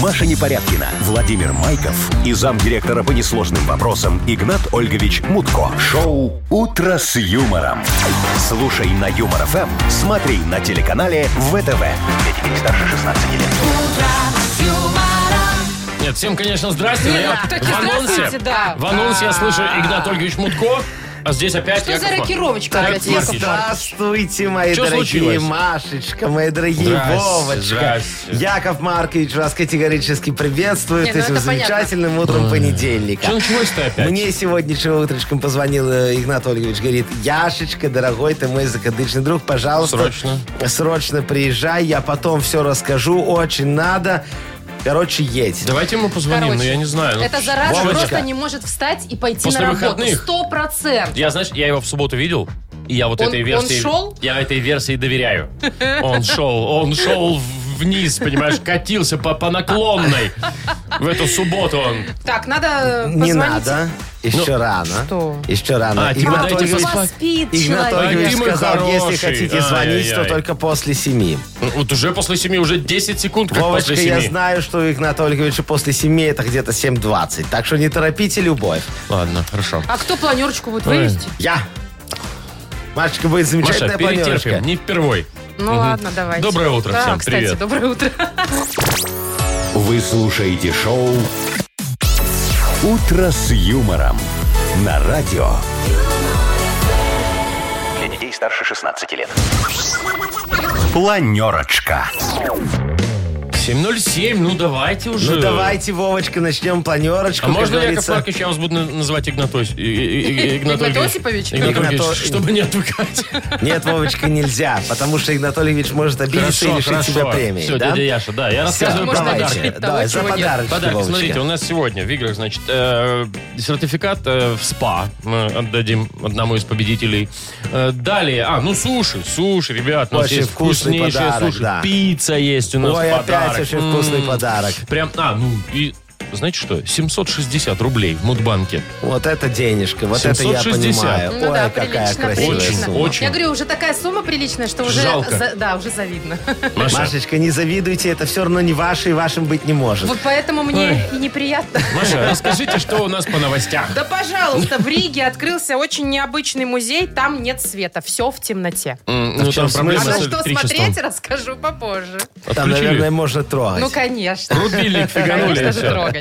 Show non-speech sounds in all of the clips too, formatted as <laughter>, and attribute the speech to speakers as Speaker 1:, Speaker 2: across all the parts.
Speaker 1: Маша Непорядкина, Владимир Майков и замдиректора по несложным вопросам Игнат Ольгович Мутко. Шоу «Утро с юмором». Слушай на Юмор ФМ, смотри на телеканале ВТВ. Для детей старше 16 лет.
Speaker 2: Нет, всем, конечно, здрасте. но я
Speaker 3: Да.
Speaker 2: в
Speaker 3: Такие
Speaker 2: анонсе,
Speaker 3: Ну, здравствуйте, да. А.
Speaker 2: в анонсе я слышу Игнат Ольгович Мутко, а здесь опять
Speaker 3: Что за
Speaker 2: Яков Маркович.
Speaker 3: рокировочка
Speaker 2: Яков
Speaker 3: опять, Яков
Speaker 2: Маркович.
Speaker 3: Маркович?
Speaker 4: Здравствуйте, мои
Speaker 2: Что
Speaker 4: дорогие
Speaker 2: случилось?
Speaker 4: Машечка, мои дорогие
Speaker 2: Здрасте,
Speaker 4: Вовочка.
Speaker 2: здрасте.
Speaker 4: Яков Маркович вас категорически приветствует
Speaker 3: Не, ну
Speaker 4: этим
Speaker 3: это понятно.
Speaker 4: замечательным утром понедельника.
Speaker 2: Что началось-то опять?
Speaker 4: Мне сегодня еще утречком позвонил э, Игнат Ольгович, говорит, Яшечка, дорогой ты мой закадычный друг, пожалуйста.
Speaker 2: Срочно.
Speaker 4: Срочно приезжай, я потом все расскажу, очень надо. Короче, едь.
Speaker 2: Давайте ему позвоним,
Speaker 3: Короче,
Speaker 2: но я не знаю. ну,
Speaker 3: Это зараза
Speaker 4: Вовочка.
Speaker 3: просто не может встать и пойти
Speaker 2: После
Speaker 3: на работу.
Speaker 2: выходных.
Speaker 3: Сто процентов.
Speaker 2: Я, знаешь, я его в субботу видел, и я вот
Speaker 3: Он-
Speaker 2: этой версии...
Speaker 3: он шел?
Speaker 2: Я этой версии
Speaker 3: <laughs>
Speaker 2: доверяю. Он шел, он шел в- вниз, понимаешь, катился по, по наклонной. В эту субботу он.
Speaker 3: Так, надо позвонить.
Speaker 4: Не надо. Еще рано.
Speaker 3: Что?
Speaker 4: Еще рано.
Speaker 2: Ну, А, типа
Speaker 4: Игнат
Speaker 2: дайте
Speaker 4: Ольгович-
Speaker 2: поспать.
Speaker 3: Поспит
Speaker 4: Игнат
Speaker 3: человек.
Speaker 2: Ольгович.
Speaker 4: Ольгович
Speaker 2: Ты мой
Speaker 4: сказал, если
Speaker 2: хороший.
Speaker 4: хотите звонить, то
Speaker 2: Ай-яй-яй.
Speaker 4: только после семи.
Speaker 2: Вот уже после семи, уже 10 секунд, как
Speaker 4: Вовочка,
Speaker 2: после семи.
Speaker 4: я знаю, что у Игната Ольговича после семи это где-то 7.20. Так что не торопите любовь.
Speaker 2: Ладно, хорошо.
Speaker 3: А кто планерочку будет
Speaker 2: Ой.
Speaker 3: вывести?
Speaker 4: Я. Машечка будет
Speaker 2: Маша,
Speaker 4: замечательная
Speaker 2: перетерпим,
Speaker 4: планерочка.
Speaker 2: не впервой.
Speaker 3: Ну ладно, давайте.
Speaker 2: Доброе утро
Speaker 3: да,
Speaker 2: всем,
Speaker 3: кстати,
Speaker 2: привет.
Speaker 3: доброе утро. <laughs>
Speaker 1: Вы слушаете шоу «Утро с юмором» на радио. Для детей старше 16 лет. Планерочка.
Speaker 2: 7.07, ну давайте уже.
Speaker 4: Ну давайте, Вовочка, начнем планерочку.
Speaker 2: А
Speaker 4: как
Speaker 2: можно, Яков
Speaker 4: говорится.
Speaker 2: Маркович, я вас буду на- называть Игнатой... Игнат
Speaker 3: Игнат
Speaker 2: Ольгович?
Speaker 3: Осипович?
Speaker 2: Игнат Ольгович,
Speaker 4: Игнато-
Speaker 2: чтобы не отвлекать.
Speaker 4: Нет, Вовочка, нельзя, потому что Игнат Ольгович может обидеться и лишить себя премии.
Speaker 2: Все,
Speaker 4: да?
Speaker 2: дядя Яша, да, я
Speaker 4: Всё,
Speaker 2: рассказываю про
Speaker 3: Можно
Speaker 4: давайте.
Speaker 2: подарки.
Speaker 3: отчитать того,
Speaker 4: Давай, за
Speaker 3: чего нет.
Speaker 4: подарочки,
Speaker 2: Подарок,
Speaker 4: Вовочка.
Speaker 2: смотрите, у нас сегодня в играх, значит, э, сертификат э, в СПА мы отдадим одному из победителей. Э, далее, а, ну суши, суши, ребят, у нас
Speaker 4: Очень
Speaker 2: есть
Speaker 4: вкусный
Speaker 2: вкуснейшие
Speaker 4: подарок,
Speaker 2: суши.
Speaker 4: да.
Speaker 2: Пицца есть у нас
Speaker 4: Ой,
Speaker 2: в
Speaker 4: опять
Speaker 2: подарок. М-м-м.
Speaker 4: очень вкусный
Speaker 2: М,
Speaker 4: подарок.
Speaker 2: Прям, а, ну и... Знаете что? 760 рублей в Мудбанке.
Speaker 4: Вот это денежка, вот это я
Speaker 2: 760.
Speaker 4: понимаю.
Speaker 3: Ну
Speaker 4: Ой,
Speaker 3: да,
Speaker 4: какая
Speaker 3: прилично,
Speaker 4: красивая
Speaker 3: прилично.
Speaker 4: сумма.
Speaker 2: Очень.
Speaker 3: Я говорю, уже такая сумма приличная, что уже...
Speaker 2: Жалко.
Speaker 3: за- да, уже завидно. <laughs>
Speaker 2: Маша,
Speaker 4: Машечка, не завидуйте, это все равно не ваше и вашим быть не может.
Speaker 3: Вот поэтому мне и неприятно. <laughs>
Speaker 2: Маша, расскажите, что у нас по новостям.
Speaker 3: Да, пожалуйста, в Риге открылся очень необычный музей. Там нет света, все в темноте.
Speaker 2: М,
Speaker 4: А
Speaker 2: Ну,
Speaker 4: в чем
Speaker 2: там проблема
Speaker 3: А
Speaker 2: с
Speaker 4: смысл?
Speaker 3: на что
Speaker 2: электричеством.
Speaker 3: смотреть, расскажу попозже.
Speaker 4: Там,
Speaker 2: Отключили?
Speaker 4: наверное, можно трогать.
Speaker 3: Ну, конечно.
Speaker 2: Рубильник фиганули. и
Speaker 3: Конечно же,
Speaker 2: всё.
Speaker 3: трогать.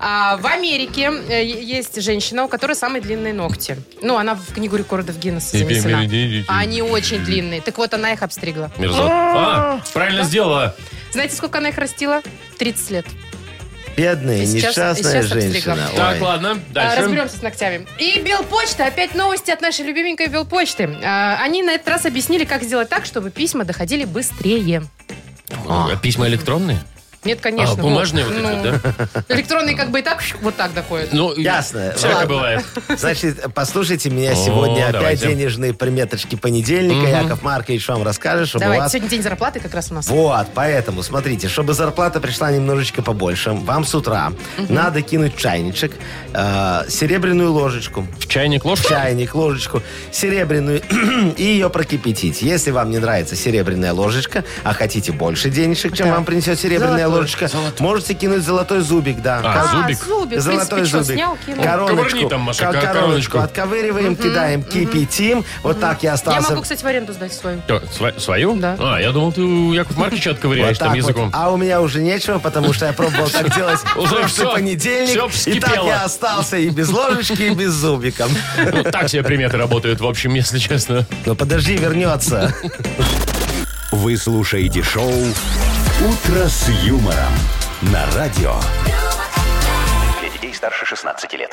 Speaker 3: А, в Америке э, е- есть женщина, у которой самые длинные ногти. Ну, она в книгу рекордов Гиннесса занесена. А Они очень длинные. Так вот, она их обстригла.
Speaker 2: Мерзот. А, правильно сделала.
Speaker 3: Знаете, сколько она их растила? 30 лет.
Speaker 4: Бедная,
Speaker 3: И сейчас-
Speaker 4: несчастная
Speaker 3: и сейчас обстригла.
Speaker 4: женщина.
Speaker 2: Так,
Speaker 4: Ой.
Speaker 2: ладно,
Speaker 3: А,
Speaker 2: дальше.
Speaker 3: Разберемся с ногтями. И Белпочта. Опять новости от нашей любименькой Белпочты. А, Они на этот раз объяснили, как сделать так, чтобы письма доходили быстрее.
Speaker 2: А, Письма электронные?
Speaker 3: Нет, конечно. ну,
Speaker 2: А, бумажные вот эти,
Speaker 3: да? Электронные как бы и так вот так доходят.
Speaker 2: Ну, и
Speaker 4: Ясно.
Speaker 2: Всякое
Speaker 4: Ладно.
Speaker 2: бывает.
Speaker 4: Значит, послушайте меня
Speaker 2: О,
Speaker 4: сегодня опять
Speaker 2: давайте.
Speaker 4: денежные приметочки понедельника. Яков Маркович вам расскажет, чтобы у
Speaker 3: Давайте,
Speaker 4: вас...
Speaker 3: сегодня день зарплаты как раз у нас.
Speaker 4: Вот, поэтому, смотрите, чтобы зарплата пришла немножечко побольше, вам с утра надо кинуть в чайничек, э, серебряную ложечку,
Speaker 2: В чайник
Speaker 4: в
Speaker 2: ложка?
Speaker 4: чайник ложечку серебряную <clears throat> и ее прокипятить. Если вам не нравится серебряная ложечка, а хотите больше денежек, чем вам принесет
Speaker 3: Золотой.
Speaker 4: серебряная ложечка, можете кинуть золотой зубик, да.
Speaker 2: А,
Speaker 4: Кор-
Speaker 2: зуб? зубик?
Speaker 3: зубик.
Speaker 4: Золотой
Speaker 3: в принципе, что,
Speaker 4: зубик.
Speaker 3: снял, кинул.
Speaker 2: Ковырни там, Маша,
Speaker 4: ко-
Speaker 2: ко- короночку.
Speaker 4: короночку. Отковыриваем, кидаем, кипятим. Вот так я
Speaker 3: Я
Speaker 4: остался.
Speaker 3: могу, кстати, в аренду сдать свою.
Speaker 2: Э, сва- Свою?
Speaker 3: Да.
Speaker 2: А, я думал, ты у Якова Марковича
Speaker 4: Вот
Speaker 2: отковыряешь там
Speaker 4: так вот.
Speaker 2: языком.
Speaker 4: А у меня уже нечего, потому что я пробовал так делать
Speaker 2: Уже
Speaker 4: прошлый
Speaker 2: всё, всё
Speaker 4: понедельник. И так
Speaker 2: вскипело.
Speaker 4: я остался и без ложечки, и без зубика.
Speaker 2: Ну, так себе приметы работают, в общем, если честно.
Speaker 4: <laughs> Ну подожди, вернется.
Speaker 1: Вы слушаете шоу «Утро с юмором» на радио. Для детей старше 16 лет.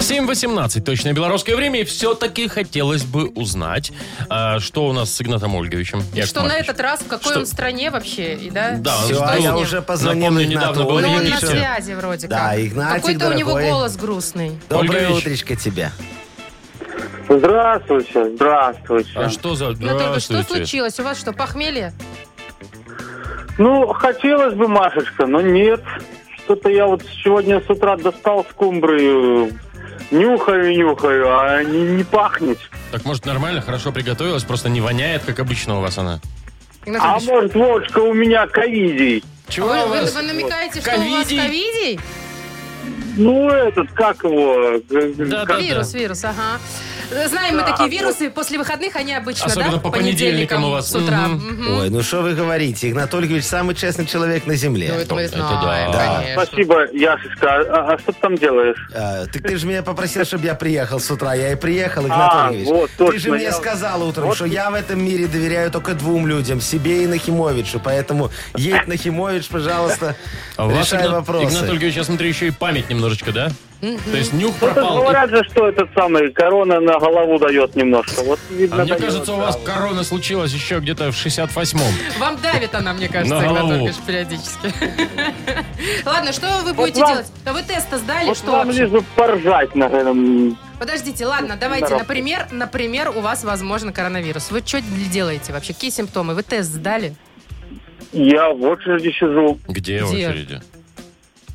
Speaker 2: 7.18, точное белорусское время, и все-таки хотелось бы узнать, а, что у нас с Игнатом Ольговичем. Яков
Speaker 3: Что на
Speaker 2: Маркович.
Speaker 3: этот раз, в какой
Speaker 2: Что?
Speaker 3: он стране вообще, и да?
Speaker 2: Да, он
Speaker 4: Всё,
Speaker 2: был-
Speaker 4: а я
Speaker 3: Ну,
Speaker 4: уже позвонил
Speaker 2: напомню,
Speaker 4: Игнату
Speaker 2: недавно был в
Speaker 3: Ну, он на
Speaker 4: Игнатьев.
Speaker 2: Египте.
Speaker 3: связи вроде
Speaker 4: Да,
Speaker 3: как.
Speaker 4: Игнатик,
Speaker 3: Какой-то у него
Speaker 4: дорогой.
Speaker 3: голос грустный.
Speaker 4: Доброе
Speaker 2: Ольгович.
Speaker 4: утречко тебе.
Speaker 5: Здравствуйте, здравствуйте.
Speaker 2: А что за...
Speaker 3: Ну, только что
Speaker 2: Здравствуйте.
Speaker 3: случилось? У вас что, похмелье?
Speaker 5: Ну, хотелось бы, Машечка, но нет. Что-то я вот сегодня с утра достал скумбрию, нюхаю, нюхаю, а не, не пахнет.
Speaker 2: Так, может, нормально, хорошо приготовилась, просто не воняет, как обычно у вас она?
Speaker 3: Игнат
Speaker 5: А
Speaker 3: Ольгович,
Speaker 5: может, Вовочка, у меня ковидий.
Speaker 2: Чего
Speaker 3: А Вы,
Speaker 2: у
Speaker 3: вы-
Speaker 2: вас?
Speaker 3: вы намекаете, что у вас
Speaker 2: Ковидий?
Speaker 3: ковидий?
Speaker 5: Ну, этот, как его? Г- г-
Speaker 2: Да,
Speaker 5: как-
Speaker 2: да.
Speaker 3: Вирус, вирус, ага. Знаем мы
Speaker 5: Да, а
Speaker 3: такие
Speaker 5: вот.
Speaker 3: вирусы, после выходных они обычно,
Speaker 2: Особенно
Speaker 3: да?
Speaker 2: по понедельникам у вас.
Speaker 3: С утра.
Speaker 2: Мгм.
Speaker 3: Мгм.
Speaker 4: Ой, ну что вы говорите, Игнат Ольгович самый честный человек на
Speaker 3: Ну,
Speaker 4: земле.
Speaker 3: это мы
Speaker 2: Это
Speaker 3: знаем,
Speaker 2: да.
Speaker 3: конечно.
Speaker 5: Спасибо, Яшечка. А, а что ты там делаешь?
Speaker 4: А, так ты же меня попросил, чтобы я приехал с утра. Я и приехал, Игнат
Speaker 5: А,
Speaker 4: Ольгович.
Speaker 5: вот,
Speaker 4: ты
Speaker 5: точно,
Speaker 4: же мне
Speaker 5: я-
Speaker 4: сказал утром,
Speaker 5: вот
Speaker 4: что
Speaker 5: ты-
Speaker 4: я в этом мире доверяю только двум людям, себе и Нахимовичу. Поэтому едь, Нахимович, пожалуйста,
Speaker 2: А у вас,
Speaker 4: решай
Speaker 2: Игнат-
Speaker 4: вопросы.
Speaker 2: Игнат Ольгович, я смотрю, еще и память немножечко, да? То есть нюх
Speaker 5: Ну, так
Speaker 2: пропал.
Speaker 5: говорят же, что этот самый корона на голову дает немножко. Вот, видно,
Speaker 2: А мне
Speaker 5: дает,
Speaker 2: кажется, у вас
Speaker 5: да.
Speaker 2: корона случилась еще где-то в 68-м.
Speaker 3: Вам давит она, мне кажется,
Speaker 2: На
Speaker 3: Игнат
Speaker 2: голову.
Speaker 3: Ольгович, периодически. <laughs> Ладно, что вы будете
Speaker 5: вам-
Speaker 3: делать? Да Вы теста сдали,
Speaker 5: Вот
Speaker 3: что
Speaker 5: вам
Speaker 3: вообще?
Speaker 5: лишь бы поржать, наверное.
Speaker 3: Подождите, ладно, давайте,
Speaker 5: Здорово.
Speaker 3: например, например, у вас, возможно, коронавирус. Вы что делаете вообще? Какие симптомы? Вы тест сдали?
Speaker 5: Я в очереди сижу,
Speaker 2: Где,
Speaker 3: Где?
Speaker 2: очереди?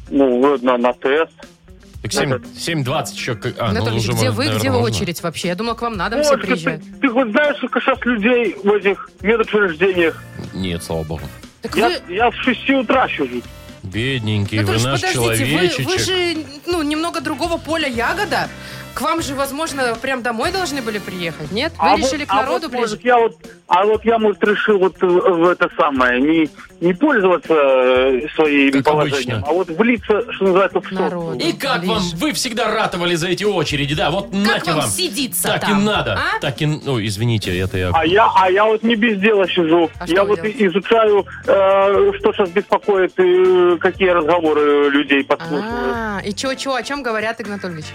Speaker 5: ну, вот на, на тест.
Speaker 2: Так 7, 7.20 еще... к- А, ну,
Speaker 3: Анатолий,
Speaker 2: уже,
Speaker 3: где
Speaker 2: может,
Speaker 3: вы, где
Speaker 2: наверное,
Speaker 3: вы
Speaker 2: можно.
Speaker 3: очередь вообще? Я думала, к вам на дом все
Speaker 5: Вот, ты,
Speaker 3: приезжают.
Speaker 5: ты хоть знаешь, сколько сейчас людей в этих медучреждениях?
Speaker 2: Нет, слава богу.
Speaker 3: Так
Speaker 5: Я,
Speaker 3: вы...
Speaker 5: я с 6 утра сижу.
Speaker 2: Бедненький, вы
Speaker 3: Анатолий,
Speaker 2: наш
Speaker 3: Ну, подождите, вы,
Speaker 2: человечечек.
Speaker 3: вы же, ну, немного другого поля ягода. К вам же, возможно, прям домой должны были приехать, нет? Вы
Speaker 5: А вот-
Speaker 3: решили к
Speaker 5: а
Speaker 3: народу
Speaker 5: вот,
Speaker 3: ближе?
Speaker 5: может, я вот, а вот я, может, решил вот э, в это самое, не, не пользоваться э, своим
Speaker 2: Как
Speaker 5: положением,
Speaker 2: обычно.
Speaker 5: а вот влиться, что называется, в сок.
Speaker 3: Народ.
Speaker 2: И как вам? Вы всегда ратовали за эти очереди, да? Вот
Speaker 3: Как
Speaker 2: нате
Speaker 3: вам
Speaker 2: вам.
Speaker 3: сидится
Speaker 2: Так
Speaker 3: там?
Speaker 2: и надо.
Speaker 3: а?
Speaker 2: Так и... Ну, извините, это я...
Speaker 5: А я, а я вот не без дела сижу.
Speaker 3: А что
Speaker 5: я
Speaker 3: вы
Speaker 5: вот
Speaker 3: делаете?
Speaker 5: изучаю, э, что сейчас беспокоит, и какие разговоры людей подслушивают.
Speaker 3: А, и чё-чё, о чем говорят, Игнатольевич?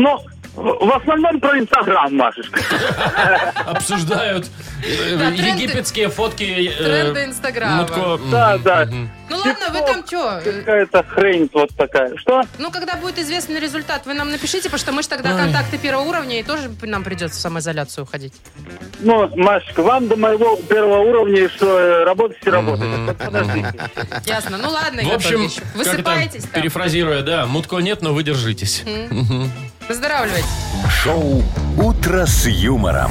Speaker 5: Но э, в в основном про Инстаграм, Машечка. А.
Speaker 2: Обсуждают э,
Speaker 3: Да, тренды-
Speaker 2: египетские фотки... э, ну,
Speaker 3: Тренды Инстаграма.
Speaker 2: Мутко.
Speaker 5: Да,
Speaker 2: Мгм,
Speaker 5: да.
Speaker 2: мгм.
Speaker 3: Ну ладно, вы там чё?
Speaker 5: Какая-то хрень вот такая. Что?
Speaker 3: Ну, когда будет известен результат, вы нам напишите, потому что мы же тогда
Speaker 2: Ай.
Speaker 3: контакты первого уровня, и тоже нам придется в самоизоляцию уходить.
Speaker 5: Ну, Машечка, вам до моего первого уровня, что э, работать и работать. Так подождите. <laughs>
Speaker 3: Ясно. Ну ладно,
Speaker 2: В общем,
Speaker 3: Игнатольевич.
Speaker 2: как это,
Speaker 3: Высыпаетесь там.
Speaker 2: перефразируя, да, мутко нет, но вы держитесь.
Speaker 3: Выздоравливайте.
Speaker 1: Шоу «Утро с юмором».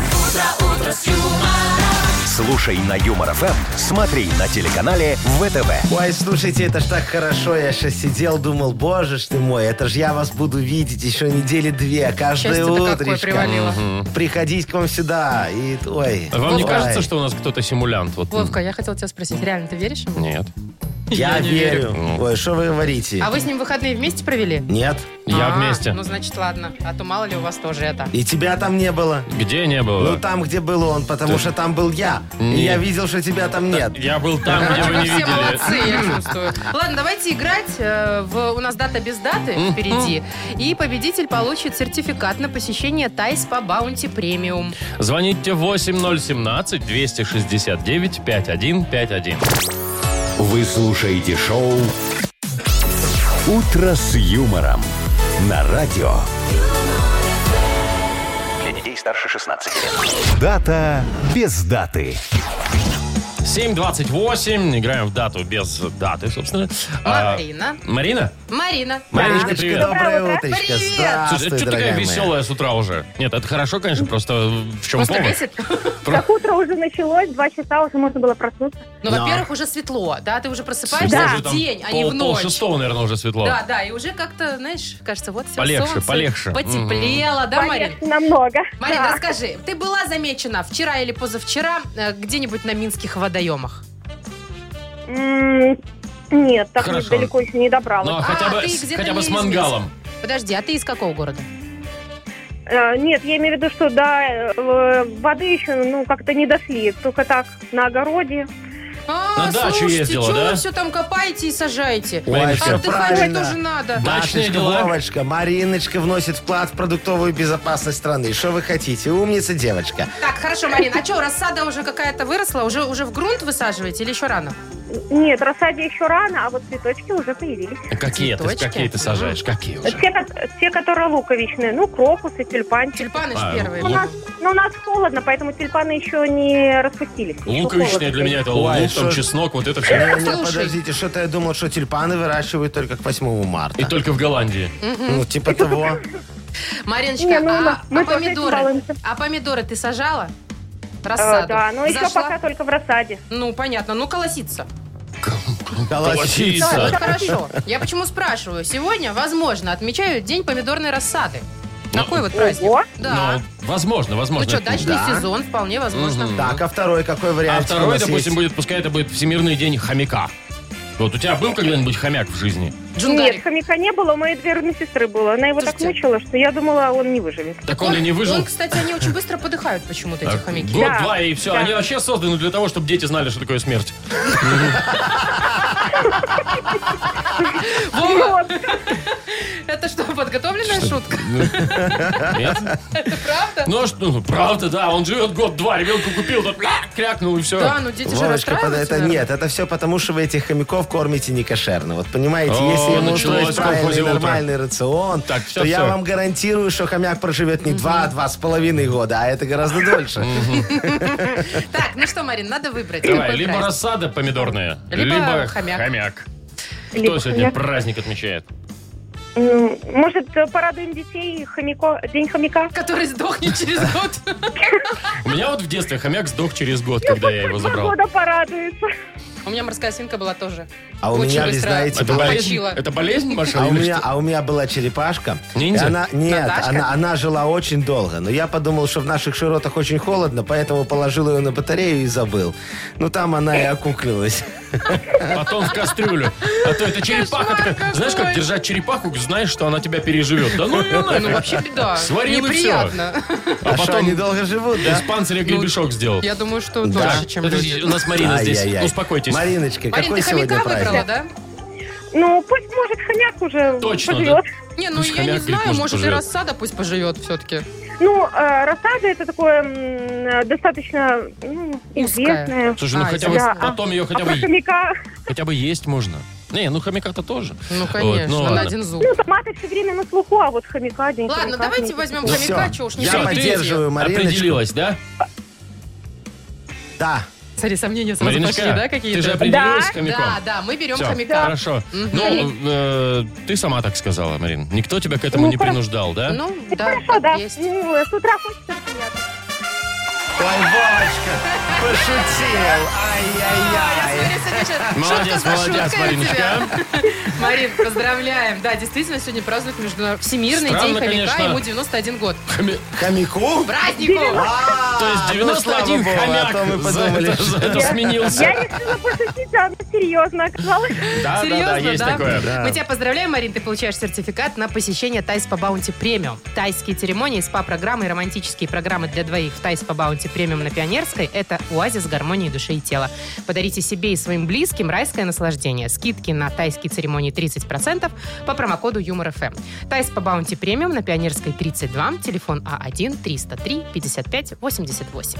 Speaker 1: Слушай на Юмор ФМ, смотри на телеканале ВТВ.
Speaker 4: Ой, слушайте, это ж так хорошо. Я сейчас сидел, думал, боже ж ты мой, это ж я вас буду видеть еще недели две, каждое
Speaker 3: Счастье-то какое привалило.
Speaker 4: утречко. Приходить к вам сюда. И, ой,
Speaker 2: А Вам не
Speaker 4: ой.
Speaker 2: кажется, что у нас кто-то симулянт? Вот, м,
Speaker 3: Вовка, я хотела тебя спросить, реально ты веришь ему?
Speaker 2: Нет.
Speaker 4: Я,
Speaker 2: не
Speaker 4: верю.
Speaker 2: верю.
Speaker 4: Ой, что вы говорите?
Speaker 3: А вы с ним выходные вместе провели?
Speaker 4: Нет.
Speaker 2: Я
Speaker 3: А,
Speaker 2: вместе.
Speaker 3: Ну, значит, ладно. А то мало ли у вас тоже это.
Speaker 4: И тебя там не было.
Speaker 2: Где не было?
Speaker 4: Ну, там, где был он, потому что там был я.
Speaker 2: Нет.
Speaker 4: И я видел, что тебя там нет.
Speaker 2: Я был там, где вы не
Speaker 3: все молодцы,
Speaker 2: видели.
Speaker 3: я чувствую. Ладно, давайте играть. э, в- у нас дата без даты впереди. И победитель получит сертификат на посещение Тайс по Баунти Премиум.
Speaker 2: Звоните 8017-269-5151.
Speaker 1: Вы слушаете шоу «Утро с юмором» на радио.
Speaker 6: Для детей старше 16 лет.
Speaker 1: Дата без даты.
Speaker 2: 7.28. Играем в дату без даты, собственно. А,
Speaker 3: Марина.
Speaker 2: Марина?
Speaker 3: Марина.
Speaker 2: Мариночка,
Speaker 4: Мариночка,
Speaker 2: привет.
Speaker 4: доброе утречко.
Speaker 3: Привет.
Speaker 2: Слушай, а
Speaker 4: Здравствуй,
Speaker 2: что такая
Speaker 4: дорогая моя.
Speaker 2: веселая с утра уже? Нет, это хорошо, конечно, просто в чем
Speaker 3: Просто
Speaker 2: повод?
Speaker 3: бесит.
Speaker 7: Как утро уже началось, два часа уже можно было проснуться.
Speaker 3: Ну,
Speaker 4: Да.
Speaker 3: во-первых, уже светло, да? Ты уже просыпаешься
Speaker 2: Уже
Speaker 7: Да.
Speaker 3: в
Speaker 2: там
Speaker 3: день, а не
Speaker 2: пол-
Speaker 3: в ночь.
Speaker 2: полшестого, наверное, уже светло.
Speaker 3: Да, да, и уже как-то, знаешь, кажется, вот все
Speaker 2: Полегче,
Speaker 3: солнце
Speaker 2: полегче.
Speaker 3: потеплело, да, Марин?
Speaker 7: Конечно, намного.
Speaker 3: Марин, а
Speaker 7: Да.
Speaker 3: расскажи, ты была замечена вчера или позавчера э, где-нибудь на минских водоемах?
Speaker 7: М, Нет, так
Speaker 2: Хорошо.
Speaker 7: далеко еще не
Speaker 2: Ну, а
Speaker 7: добралась.
Speaker 2: хотя
Speaker 3: А,
Speaker 2: бы,
Speaker 3: ты
Speaker 2: с,
Speaker 3: где-то
Speaker 2: хотя бы
Speaker 3: не
Speaker 2: с мангалом.
Speaker 3: Подожди, а ты из какого города?
Speaker 7: Э, Нет, я имею в виду, что до э, воды еще ну как-то не дошли. Только так, на огороде.
Speaker 3: А,
Speaker 2: На дачу
Speaker 3: слушайте,
Speaker 2: ездила,
Speaker 3: чё
Speaker 2: да?
Speaker 3: вы все там копаете и сажаете?
Speaker 4: Ой,
Speaker 2: Мариночка.
Speaker 4: все
Speaker 3: Отдыхать же
Speaker 4: правильно.
Speaker 3: тоже надо.
Speaker 2: Да. Дачные
Speaker 4: Машечка,
Speaker 2: дела.
Speaker 4: Вовочка, Мариночка вносит вклад в продуктовую безопасность страны. Что вы хотите? Умница девочка.
Speaker 3: Так, хорошо, Марин, а что, рассада уже какая-то выросла? Уже, уже в грунт высаживаете или еще рано?
Speaker 7: Нет, рассаде еще рано, а вот цветочки уже появились.
Speaker 2: Какие ты,
Speaker 3: Цветочки?
Speaker 2: какие ты сажаешь, какие уже?
Speaker 7: Те, ко- те, которые луковичные, ну, крокусы, тюльпанчики.
Speaker 3: Тюльпаны
Speaker 2: А,
Speaker 3: же первые.
Speaker 7: У
Speaker 2: лук-
Speaker 7: нас, но у нас холодно, поэтому тюльпаны еще не распустились. Еще
Speaker 2: Луковичные
Speaker 7: холодно.
Speaker 2: для меня это лук,
Speaker 4: Ой,
Speaker 2: там
Speaker 4: что-
Speaker 2: чеснок, вот это
Speaker 4: Не,
Speaker 2: все.
Speaker 4: не,
Speaker 3: Слушай.
Speaker 4: Ну, подождите, что-то я думал, что тюльпаны выращивают только к 8 марта.
Speaker 2: И только в Голландии.
Speaker 4: Ну, типа того.
Speaker 3: Мариночка,
Speaker 7: Не, ну, у нас-
Speaker 3: а,
Speaker 7: мы
Speaker 3: а
Speaker 7: тоже
Speaker 3: помидоры?
Speaker 7: балуемся.
Speaker 3: А помидоры ты сажала?
Speaker 7: Э,
Speaker 3: Рассаду?
Speaker 7: Да, ну, но еще
Speaker 3: Зашла?
Speaker 7: пока только в рассаде.
Speaker 3: Ну, понятно. Ну, колосится.
Speaker 2: Колосится.
Speaker 3: Да, это хорошо. Я почему спрашиваю? Сегодня, возможно, отмечают День помидорной рассады. Такой вот праздник.
Speaker 7: Ого.
Speaker 3: Да.
Speaker 2: Ну, возможно,
Speaker 3: Ну
Speaker 2: возможно.
Speaker 3: что, дачный
Speaker 4: Да.
Speaker 3: сезон вполне возможно.
Speaker 4: Так, а второй какой
Speaker 2: А
Speaker 4: вариант?
Speaker 2: второй, допустим, будет, пускай это будет Всемирный день хомяка. Вот у тебя был когда-нибудь хомяк в жизни?
Speaker 7: Нет,
Speaker 3: Джунгарик.
Speaker 7: хомяка не было, у моей двоюродной сестры было. Она его так
Speaker 3: Слушайте.
Speaker 7: мучила, что я думала, он не выживет.
Speaker 2: Так он и не выжил.
Speaker 3: Он, кстати, они очень быстро подыхают почему-то, эти
Speaker 2: Так,
Speaker 3: <laughs> хомяки.
Speaker 7: Да.
Speaker 2: Год-два и все.
Speaker 7: Да.
Speaker 2: Они вообще созданы для того, чтобы дети знали, что такое смерть.
Speaker 3: Вова, это что, подготовленная шутка?
Speaker 2: Нет?
Speaker 3: <laughs> Это правда?
Speaker 2: Ну, а что, ну, правда, да. Он живет год-два, ребенку купил, тут бля, крякнул и все.
Speaker 3: Да, ну дети же
Speaker 4: Вовочка, под-
Speaker 3: расстраиваются.
Speaker 4: это
Speaker 3: наверное.
Speaker 4: нет, это все потому, что вы этих хомяков кормите некошерно. Вот понимаете,
Speaker 2: О,
Speaker 4: если ему
Speaker 2: началось в
Speaker 4: устроить
Speaker 2: колхозе
Speaker 4: правильный
Speaker 2: утро.
Speaker 4: нормальный рацион,
Speaker 2: Так, всё,
Speaker 4: то я
Speaker 2: всё.
Speaker 4: вам гарантирую, что хомяк проживет не два, а два с половиной года, а это гораздо дольше.
Speaker 3: Так, ну что, Марин, надо выбрать.
Speaker 2: Давай,
Speaker 3: какой
Speaker 2: либо
Speaker 3: праздник.
Speaker 2: рассада помидорная, либо,
Speaker 3: типа Либо хомяк.
Speaker 2: Кто
Speaker 7: Либо
Speaker 2: сегодня
Speaker 7: хомяк.
Speaker 2: праздник отмечает?
Speaker 7: М, Может, э, порадуем детей хомяко... День хомяка?
Speaker 3: Который сдохнет
Speaker 2: <laughs>
Speaker 3: через год.
Speaker 2: У меня вот в детстве хомяк сдох через год, когда я его забрал.
Speaker 7: Погода порадуется.
Speaker 3: У меня морская свинка была тоже.
Speaker 4: А у
Speaker 3: Очень
Speaker 4: меня, вы
Speaker 3: быстро
Speaker 4: знаете,
Speaker 2: Это
Speaker 4: была-
Speaker 2: болезнь,
Speaker 3: Почила.
Speaker 2: это болезнь, Маша?
Speaker 4: А у,
Speaker 2: или
Speaker 4: меня,
Speaker 2: что?
Speaker 4: а у меня была черепашка.
Speaker 2: Ниндзя?
Speaker 4: И Она, нет,
Speaker 3: Наташка?
Speaker 4: она, она жила очень долго. Но я подумал, что в наших широтах очень холодно, поэтому положил ее на батарею и забыл. Ну, там она и окуклилась.
Speaker 2: Потом в кастрюлю. А то это черепаха.
Speaker 3: Кошмар
Speaker 2: такая. Знаешь, как
Speaker 3: какой.
Speaker 2: держать черепаху, знаешь, что она тебя переживет. Да ну ее <laughs>
Speaker 3: Ну,
Speaker 2: нафиг.
Speaker 3: вообще беда.
Speaker 2: Сварил и всё. <laughs>
Speaker 3: Неприятно.
Speaker 4: А, что,
Speaker 2: потом-
Speaker 4: они долго живут, да?
Speaker 2: Из панциря гребешок сделал.
Speaker 3: Ну, Я думаю, что
Speaker 4: Да.
Speaker 3: дольше, чем
Speaker 2: Подожди,
Speaker 3: люди.
Speaker 2: у нас Марина здесь. Ну,
Speaker 4: Ай-яй-яй.
Speaker 2: Успокойтесь.
Speaker 4: Мариночка,
Speaker 3: Марин,
Speaker 4: какой
Speaker 3: ты
Speaker 4: сегодня
Speaker 3: хомяка выбрала,
Speaker 4: праздник?
Speaker 3: да?
Speaker 7: Ну, пусть, может, хомяк уже
Speaker 2: Точно,
Speaker 7: поживет.
Speaker 3: Не, ну
Speaker 2: Пусть
Speaker 3: я
Speaker 2: хомяк
Speaker 3: не
Speaker 2: или
Speaker 3: знаю,
Speaker 2: может
Speaker 3: может и
Speaker 2: поживет.
Speaker 3: рассада пусть поживет все-таки.
Speaker 7: Ну, э, рассада это такое м, э, достаточно ну, известное.
Speaker 2: Слушай, ну
Speaker 3: А,
Speaker 2: хотя
Speaker 3: из-
Speaker 2: бы
Speaker 7: да,
Speaker 2: потом ее
Speaker 7: А
Speaker 2: хотя бы,
Speaker 7: про хомяка,
Speaker 2: хотя бы есть можно. Не, ну хомяка-то тоже.
Speaker 3: Ну,
Speaker 2: Вот,
Speaker 3: конечно,
Speaker 2: ну,
Speaker 3: на
Speaker 2: ладно.
Speaker 3: один зуб.
Speaker 7: ну, томаты все время на слуху, а вот хомяка день
Speaker 3: Ладно,
Speaker 7: хомяка,
Speaker 3: давайте
Speaker 7: хомяка.
Speaker 3: возьмем
Speaker 4: Ну,
Speaker 3: хомяка,
Speaker 4: всё,
Speaker 3: чего уж не
Speaker 4: я
Speaker 2: Всё, ты
Speaker 4: поддерживаю Мариночку.
Speaker 2: Определилась, да?
Speaker 4: Да.
Speaker 3: Смотри, сомнения сразу
Speaker 2: Мариночка,
Speaker 3: Ну, пошли, да,
Speaker 2: ты же
Speaker 3: какие-то?
Speaker 2: определилась с
Speaker 7: Да.
Speaker 2: хомяком?
Speaker 3: Да, да, мы берем
Speaker 2: Всё,
Speaker 3: хомяка.
Speaker 2: хорошо. Ну, э, ты сама так сказала, Марин. Никто тебя к этому
Speaker 7: Ну,
Speaker 2: не
Speaker 7: хорошо.
Speaker 2: принуждал, да?
Speaker 3: Ну,
Speaker 7: Ну,
Speaker 3: да,
Speaker 7: Хорошо,
Speaker 3: так
Speaker 7: да.
Speaker 3: есть.
Speaker 7: Ну, э, с утра хочется хомяка.
Speaker 4: Ой, Вовочка, пошутил. Ай-яй-яй.
Speaker 3: Смотри, смотри, сейчас.
Speaker 2: Молодец,
Speaker 3: Шутка за
Speaker 2: молодец,
Speaker 3: шуткой у тебя.
Speaker 2: Мариночка.
Speaker 3: Марин, поздравляем. Да, действительно, сегодня празднуют международный Всемирный
Speaker 2: Странно,
Speaker 3: день хомяка,
Speaker 2: конечно.
Speaker 3: ему 91 год.
Speaker 2: Хомя-
Speaker 4: Хомяку?
Speaker 3: Праздников!
Speaker 4: А,
Speaker 2: То есть
Speaker 4: ну,
Speaker 2: 91
Speaker 4: слава богу,
Speaker 2: хомяк
Speaker 4: А то мы
Speaker 2: за
Speaker 4: подумали,
Speaker 2: это- за
Speaker 4: <laughs> что...
Speaker 2: это
Speaker 7: Я
Speaker 2: сменился.
Speaker 7: решила пошутить, а оно серьезно оказалось.
Speaker 2: Да, да, да,
Speaker 3: Серьезно,
Speaker 2: есть такое.
Speaker 3: Мы тебя поздравляем, Марин, ты получаешь сертификат на посещение Тайс по Баунти Премиум. Тайские церемонии, спа-программы и романтические программы для двоих в Тайс по Баунти Премиум на Пионерской – это оазис гармонии души и тела. Подарите себе и своим близким райское наслаждение. Скидки на тайские церемонии 30% по промокоду Юмор ФМ. Тайс по Баунти Премиум на Пионерской 32, телефон А А1-303-55-88.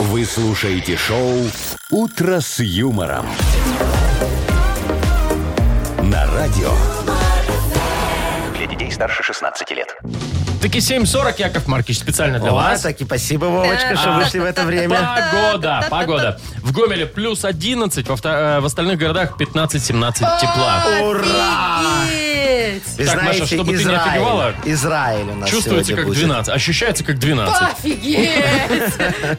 Speaker 1: Вы слушаете шоу «Утро с юмором». На радио.
Speaker 6: Для детей старше 16 лет.
Speaker 2: Таки 7.40, Яков Маркич, специально для
Speaker 4: О,
Speaker 2: вас.
Speaker 4: таки спасибо, Вовочка, что вышли в это время.
Speaker 2: Погода, погода. В Гомеле плюс 11, во вто- э, в остальных городах 15-17 тепла.
Speaker 4: Ура!
Speaker 3: Офигеть!
Speaker 4: Вы
Speaker 2: Так, Маша,
Speaker 4: знаете,
Speaker 2: чтобы ты не офигевала,
Speaker 4: Израиль. Израиль у нас
Speaker 2: Чувствуется
Speaker 4: сегодня
Speaker 2: как
Speaker 4: будет.
Speaker 2: 12, ощущается как 12.
Speaker 3: Офигеть!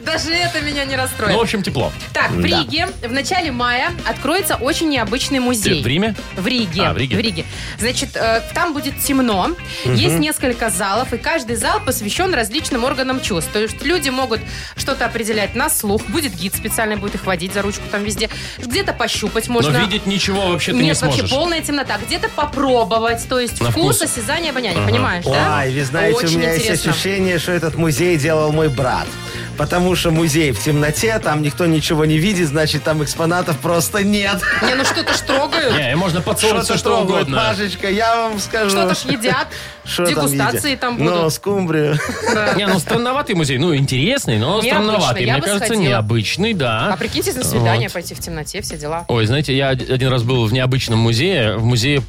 Speaker 3: Даже это меня не
Speaker 2: Ну, в
Speaker 3: расстроило.
Speaker 2: общем, тепло.
Speaker 3: Так, в Риге в начале мая откроется очень необычный музей.
Speaker 2: Э, В Риме?
Speaker 3: В Риге.
Speaker 2: А, в Риге.
Speaker 3: Значит, э, там будет темно, есть несколько залов, и каждый зал посвящен различным органам чувств. То есть люди могут что-то определять на слух, будет гид специально, будет их водить за ручку там везде. Где-то пощупать
Speaker 2: Но
Speaker 3: можно.
Speaker 2: видеть ничего вообще ты
Speaker 3: Нет,
Speaker 2: не
Speaker 3: вообще
Speaker 2: сможешь.
Speaker 3: полная темнота. Где-то попробовать, то есть
Speaker 2: На
Speaker 3: вкус,
Speaker 2: вкус.
Speaker 3: осязание, обоняние, понимаешь, да?
Speaker 4: Ой, вы знаете,
Speaker 3: Очень
Speaker 4: у меня есть
Speaker 3: интересно.
Speaker 4: ощущение, что этот музей делал мой брат. Потому что музей в темноте, там никто ничего не видит, значит, там экспонатов просто нет.
Speaker 3: Не, ну что-то ж трогают.
Speaker 2: Не, и можно подсунуть все,
Speaker 4: Что-то
Speaker 2: что
Speaker 4: трогают.
Speaker 2: угодно.
Speaker 4: Машечка, я вам скажу.
Speaker 3: Что-то ж едят,
Speaker 4: Что там
Speaker 3: дегустации
Speaker 4: едят?
Speaker 3: там
Speaker 4: Ну,
Speaker 3: будут.
Speaker 4: скумбрию. <laughs>
Speaker 3: Да.
Speaker 2: Не, ну странноватый музей, ну интересный, но
Speaker 3: Необычный,
Speaker 2: странноватый.
Speaker 3: я
Speaker 2: Мне
Speaker 3: бы
Speaker 2: кажется,
Speaker 3: сходила.
Speaker 2: необычный, да.
Speaker 3: А прикиньте, на свидание
Speaker 2: Вот.
Speaker 3: пойти в темноте, все дела.
Speaker 2: Ой, знаете, я од- один раз был в необычном музее, в музее,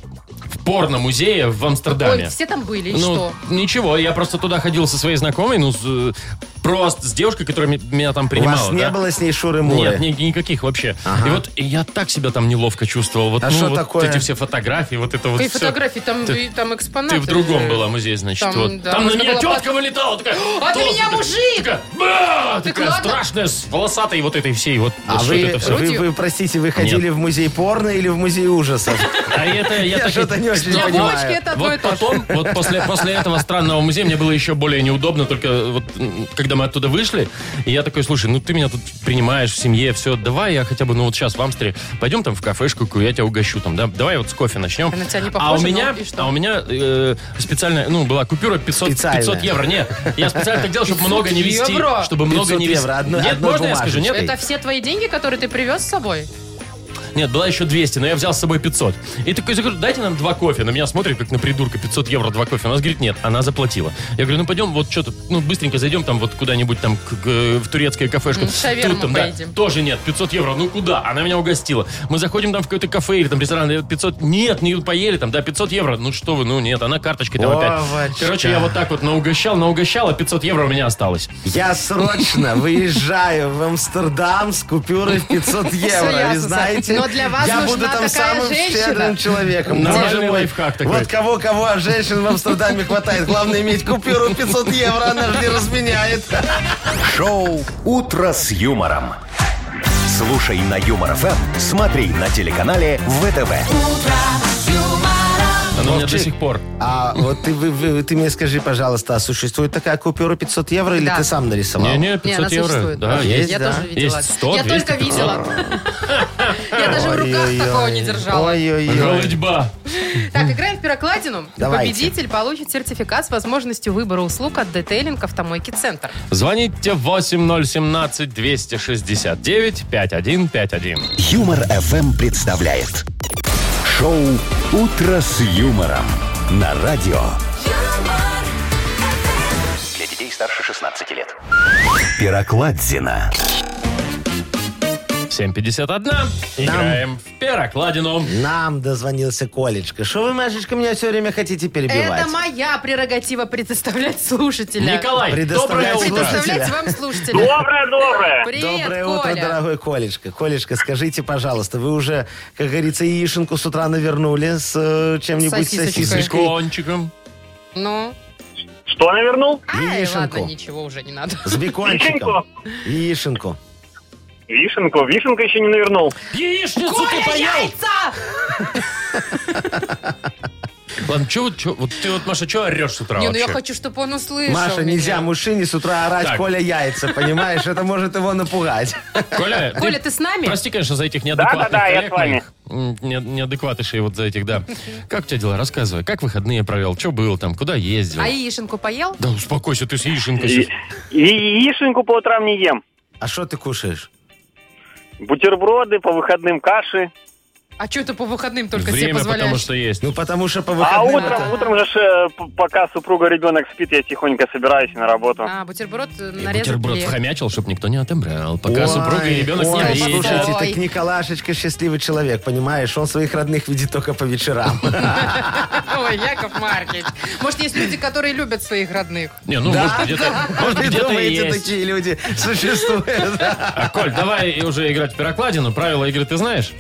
Speaker 2: в порно-музее в Амстердаме.
Speaker 3: Ой, все там были, и
Speaker 2: ну,
Speaker 3: что?
Speaker 2: ничего, я просто туда ходил со своей знакомой, ну, с, э, просто с девушкой, которая ме- меня там
Speaker 4: У
Speaker 2: принимала.
Speaker 4: вас не
Speaker 2: да.
Speaker 4: было с ней
Speaker 2: Нет,
Speaker 4: шуры-муры?
Speaker 2: ни- никаких вообще. И вот я так себя там неловко чувствовал. Вот,
Speaker 4: А
Speaker 2: ну,
Speaker 4: что
Speaker 2: вот
Speaker 4: такое?
Speaker 2: эти все фотографии, вот это вот
Speaker 3: И
Speaker 2: всё.
Speaker 3: фотографии, там,
Speaker 2: Ты-
Speaker 3: и там экспонаты.
Speaker 2: Ты в другом
Speaker 3: же.
Speaker 2: была музее, значит.
Speaker 3: э, Там,
Speaker 2: вот.
Speaker 3: да,
Speaker 2: там на
Speaker 3: можно
Speaker 2: меня
Speaker 3: было
Speaker 2: тетка
Speaker 3: под-
Speaker 2: вылетала такая.
Speaker 3: А ты меня
Speaker 2: толстая,
Speaker 3: мужик!
Speaker 2: такая, «Ба!» Да,
Speaker 3: Так
Speaker 2: такая
Speaker 3: ладно.
Speaker 2: страшная, с волосатой вот этой всей. Вот,
Speaker 4: А
Speaker 2: вот что
Speaker 4: вы,
Speaker 2: это всё.
Speaker 4: вы, вы, простите, вы ходили в музей порно или в музей ужасов?
Speaker 2: А это я,
Speaker 4: Я
Speaker 2: так и-
Speaker 4: что-то не очень
Speaker 2: Стоп,
Speaker 4: понимаю.
Speaker 3: Бочки это одно и
Speaker 2: Вот
Speaker 3: то же. <laughs>
Speaker 2: потом, вот после, после этого странного музея мне было еще более неудобно, только вот м, когда мы оттуда вышли, и я такой, слушай, ну ты меня тут принимаешь в семье, все, давай я хотя бы, ну вот сейчас в Амстере, пойдем там в кафешку, какую, я тебя угощу там, да, давай вот с кофе начнем.
Speaker 3: Она тебя не
Speaker 2: а у
Speaker 3: похожа,
Speaker 2: меня,
Speaker 3: но и что?
Speaker 2: а у меня э, специальная, ну была купюра 500,
Speaker 4: Специальная.
Speaker 2: 500 евро, нет, я специально так делал, чтобы много не вести,
Speaker 3: евро.
Speaker 2: чтобы много
Speaker 4: 500
Speaker 2: не вести.
Speaker 4: евро, одной-
Speaker 2: Нет,
Speaker 4: одной
Speaker 2: можно я скажу, нет?
Speaker 4: бумажечкой.
Speaker 3: Это все твои деньги, которые ты привез с собой?
Speaker 2: Нет, была еще 200, но я взял с собой 500. И такой говорю, дайте нам два кофе. На меня смотрит, как на придурка, 500 евро два кофе. Она говорит, нет, она заплатила. Я говорю, ну пойдем вот что-то, ну быстренько зайдем там вот куда-нибудь там к- к, э, в турецкое кафешку.
Speaker 3: М, Ну, шаверму
Speaker 2: Тут там, да,
Speaker 3: поедим.
Speaker 2: тоже нет, 500 евро, ну куда? Она меня угостила. Мы заходим там в какой-то кафе или там ресторан, я говорю, 500, нет, не поели там, да, 500 евро. Ну что вы, ну нет, она карточкой там опять.
Speaker 4: Вовочка.
Speaker 2: Короче, я вот так вот наугощал, наугощал, а 500 евро у меня осталось.
Speaker 4: Я срочно выезжаю в Амстердам с купюрой в 500 евро,
Speaker 3: ясно,
Speaker 4: вы знаете?
Speaker 3: но для вас
Speaker 4: Я буду
Speaker 3: нужна
Speaker 4: там
Speaker 3: такая
Speaker 4: самым
Speaker 3: женщина.
Speaker 4: щедрым человеком.
Speaker 2: Нормальный
Speaker 4: Боже мой.
Speaker 2: лайфхак такой.
Speaker 4: Вот кого-кого, а женщин в Амстердаме хватает. Главное иметь купюру в 500 евро, она же не разменяет.
Speaker 1: Шоу «Утро с юмором». Слушай на Юмор ФМ, смотри на телеканале ВТВ.
Speaker 2: Она у меня до
Speaker 4: Вовчик.
Speaker 2: сих пор.
Speaker 4: А вот ты, вы- вы- ты мне скажи, пожалуйста, а существует такая купюра 500 евро или
Speaker 3: Да.
Speaker 4: ты сам нарисовал?
Speaker 2: Не-не,
Speaker 3: Не, она
Speaker 2: 500 евро.
Speaker 3: существует.
Speaker 2: Да,
Speaker 4: Есть,
Speaker 2: есть.
Speaker 3: Я
Speaker 4: да.
Speaker 3: тоже видела.
Speaker 2: Есть 100,
Speaker 3: Я
Speaker 2: 200,
Speaker 3: только
Speaker 2: <laughs>
Speaker 3: видела. Я даже в руках
Speaker 4: Ой-ой-ой.
Speaker 3: такого не держала.
Speaker 4: Ой-ой-ой.
Speaker 2: Голодьба.
Speaker 3: Так, играем в пирокладину.
Speaker 4: Давайте.
Speaker 3: Победитель получит сертификат с возможностью выбора услуг от детейлинг «Автомойки Центр».
Speaker 2: Звоните 8017-269-5151.
Speaker 1: Юмор ФМ представляет. Шоу «Утро с юмором» на радио.
Speaker 6: Для детей старше 16 лет.
Speaker 1: Пирокладзина.
Speaker 2: 751. Играем в Перокладину.
Speaker 4: Нам дозвонился Колечка. Что вы, Машечка, меня все время хотите перебивать?
Speaker 3: Это моя прерогатива предоставлять слушателя.
Speaker 2: Николай, доброе
Speaker 4: Предоставляю
Speaker 2: утро.
Speaker 4: слушать.
Speaker 3: Предоставлять вам слушателя.
Speaker 5: Доброе-доброе.
Speaker 3: Привет,
Speaker 4: Доброе
Speaker 3: Коля.
Speaker 4: утро, дорогой Колечка. Колечка, скажите, пожалуйста, вы уже, как говорится, яишенку с утра навернули с э, чем-нибудь
Speaker 3: Сосисочкой.
Speaker 2: С
Speaker 4: сосисочкой?
Speaker 2: кончиком.
Speaker 3: Ну,
Speaker 5: Что навернул?
Speaker 3: ай,
Speaker 4: Яишенку.
Speaker 3: ладно, ничего уже не надо.
Speaker 4: С бекончиком. Яишенку.
Speaker 5: Вишенку. Вишенку еще не навернул.
Speaker 2: Яичницу ты поел!
Speaker 3: Яйца!
Speaker 2: <laughs> Ладно, чё, вот- чё- вот ты вот, Маша, что орешь с утра
Speaker 3: Не, ну
Speaker 2: вообще?
Speaker 3: я хочу, чтобы он услышал
Speaker 4: Маша,
Speaker 3: меня.
Speaker 4: нельзя мужчине с утра орать
Speaker 2: Так.
Speaker 4: Коля яйца, понимаешь? Это может его напугать.
Speaker 3: <laughs>
Speaker 2: Коля,
Speaker 3: Коля, ты с нами?
Speaker 2: Прости, конечно, за этих неадекватных
Speaker 5: Да-да-да,
Speaker 2: коллег
Speaker 5: я с вами.
Speaker 2: моих. М, не- Неадекватышей вот за этих, да. Как у тебя дела? Рассказывай. Как выходные провел? Что было там? Куда ездил?
Speaker 3: А яишенку поел?
Speaker 2: Да успокойся, ты с яишенкой.
Speaker 5: И,
Speaker 2: сейчас.
Speaker 5: и яишенку по утрам не ем.
Speaker 4: А что ты кушаешь?
Speaker 5: Бутерброды, по выходным каши.
Speaker 3: А что ты по выходным только себе
Speaker 2: Время,
Speaker 3: позволяешь?
Speaker 2: потому что есть.
Speaker 4: Ну, потому что по
Speaker 5: А
Speaker 4: выходным...
Speaker 5: утром, утром же, ж, э, п- пока супруга ребенок спит, я тихонько собираюсь на работу.
Speaker 3: А, бутерброд э,
Speaker 2: И
Speaker 3: нарезать
Speaker 2: бутерброд
Speaker 3: легче.
Speaker 2: вхомячил, чтобы никто не отобрал. Пока супруга и ребенок
Speaker 4: ой,
Speaker 2: не
Speaker 3: ой,
Speaker 2: приедет.
Speaker 3: слушай.
Speaker 4: Слушайте,
Speaker 3: Ой.
Speaker 4: так Николашечка счастливый человек, понимаешь? Он своих родных видит только по вечерам.
Speaker 3: <laughs> Ой, Яков Маркович. Может, есть люди, которые любят своих родных?
Speaker 2: Не, ну, может,
Speaker 4: <laughs>
Speaker 2: где-то, <laughs> может,
Speaker 4: Вы
Speaker 2: где-то и
Speaker 4: думаете,
Speaker 2: есть.
Speaker 4: такие люди существуют? <laughs>
Speaker 2: А, Коль, давай уже играть в пирокладину. Правила игры ты знаешь?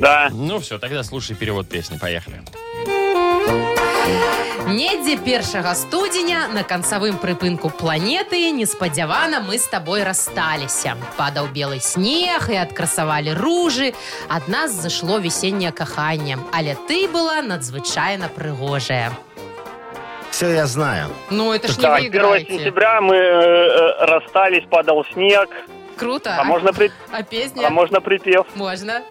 Speaker 5: Да.
Speaker 2: Ну все, тогда слушай перевод песни. Поехали.
Speaker 3: Недзе першага студзеня на канцавым прыпынку планеты неспадзявана мы с тобой рассталіся. Падаў белы снег і адкрасавалі ружы. Ад нас зашло весенняе каханне, але ты была надзвычайна прыгожая.
Speaker 4: Все, я знаю.
Speaker 3: Ну это ж не
Speaker 5: Так, а
Speaker 3: вы
Speaker 5: 1 сентября мы э, э, расстались, падал снег.
Speaker 3: Круто.
Speaker 5: А можно, при-
Speaker 3: А песня?
Speaker 5: а можно припев?
Speaker 3: Можна.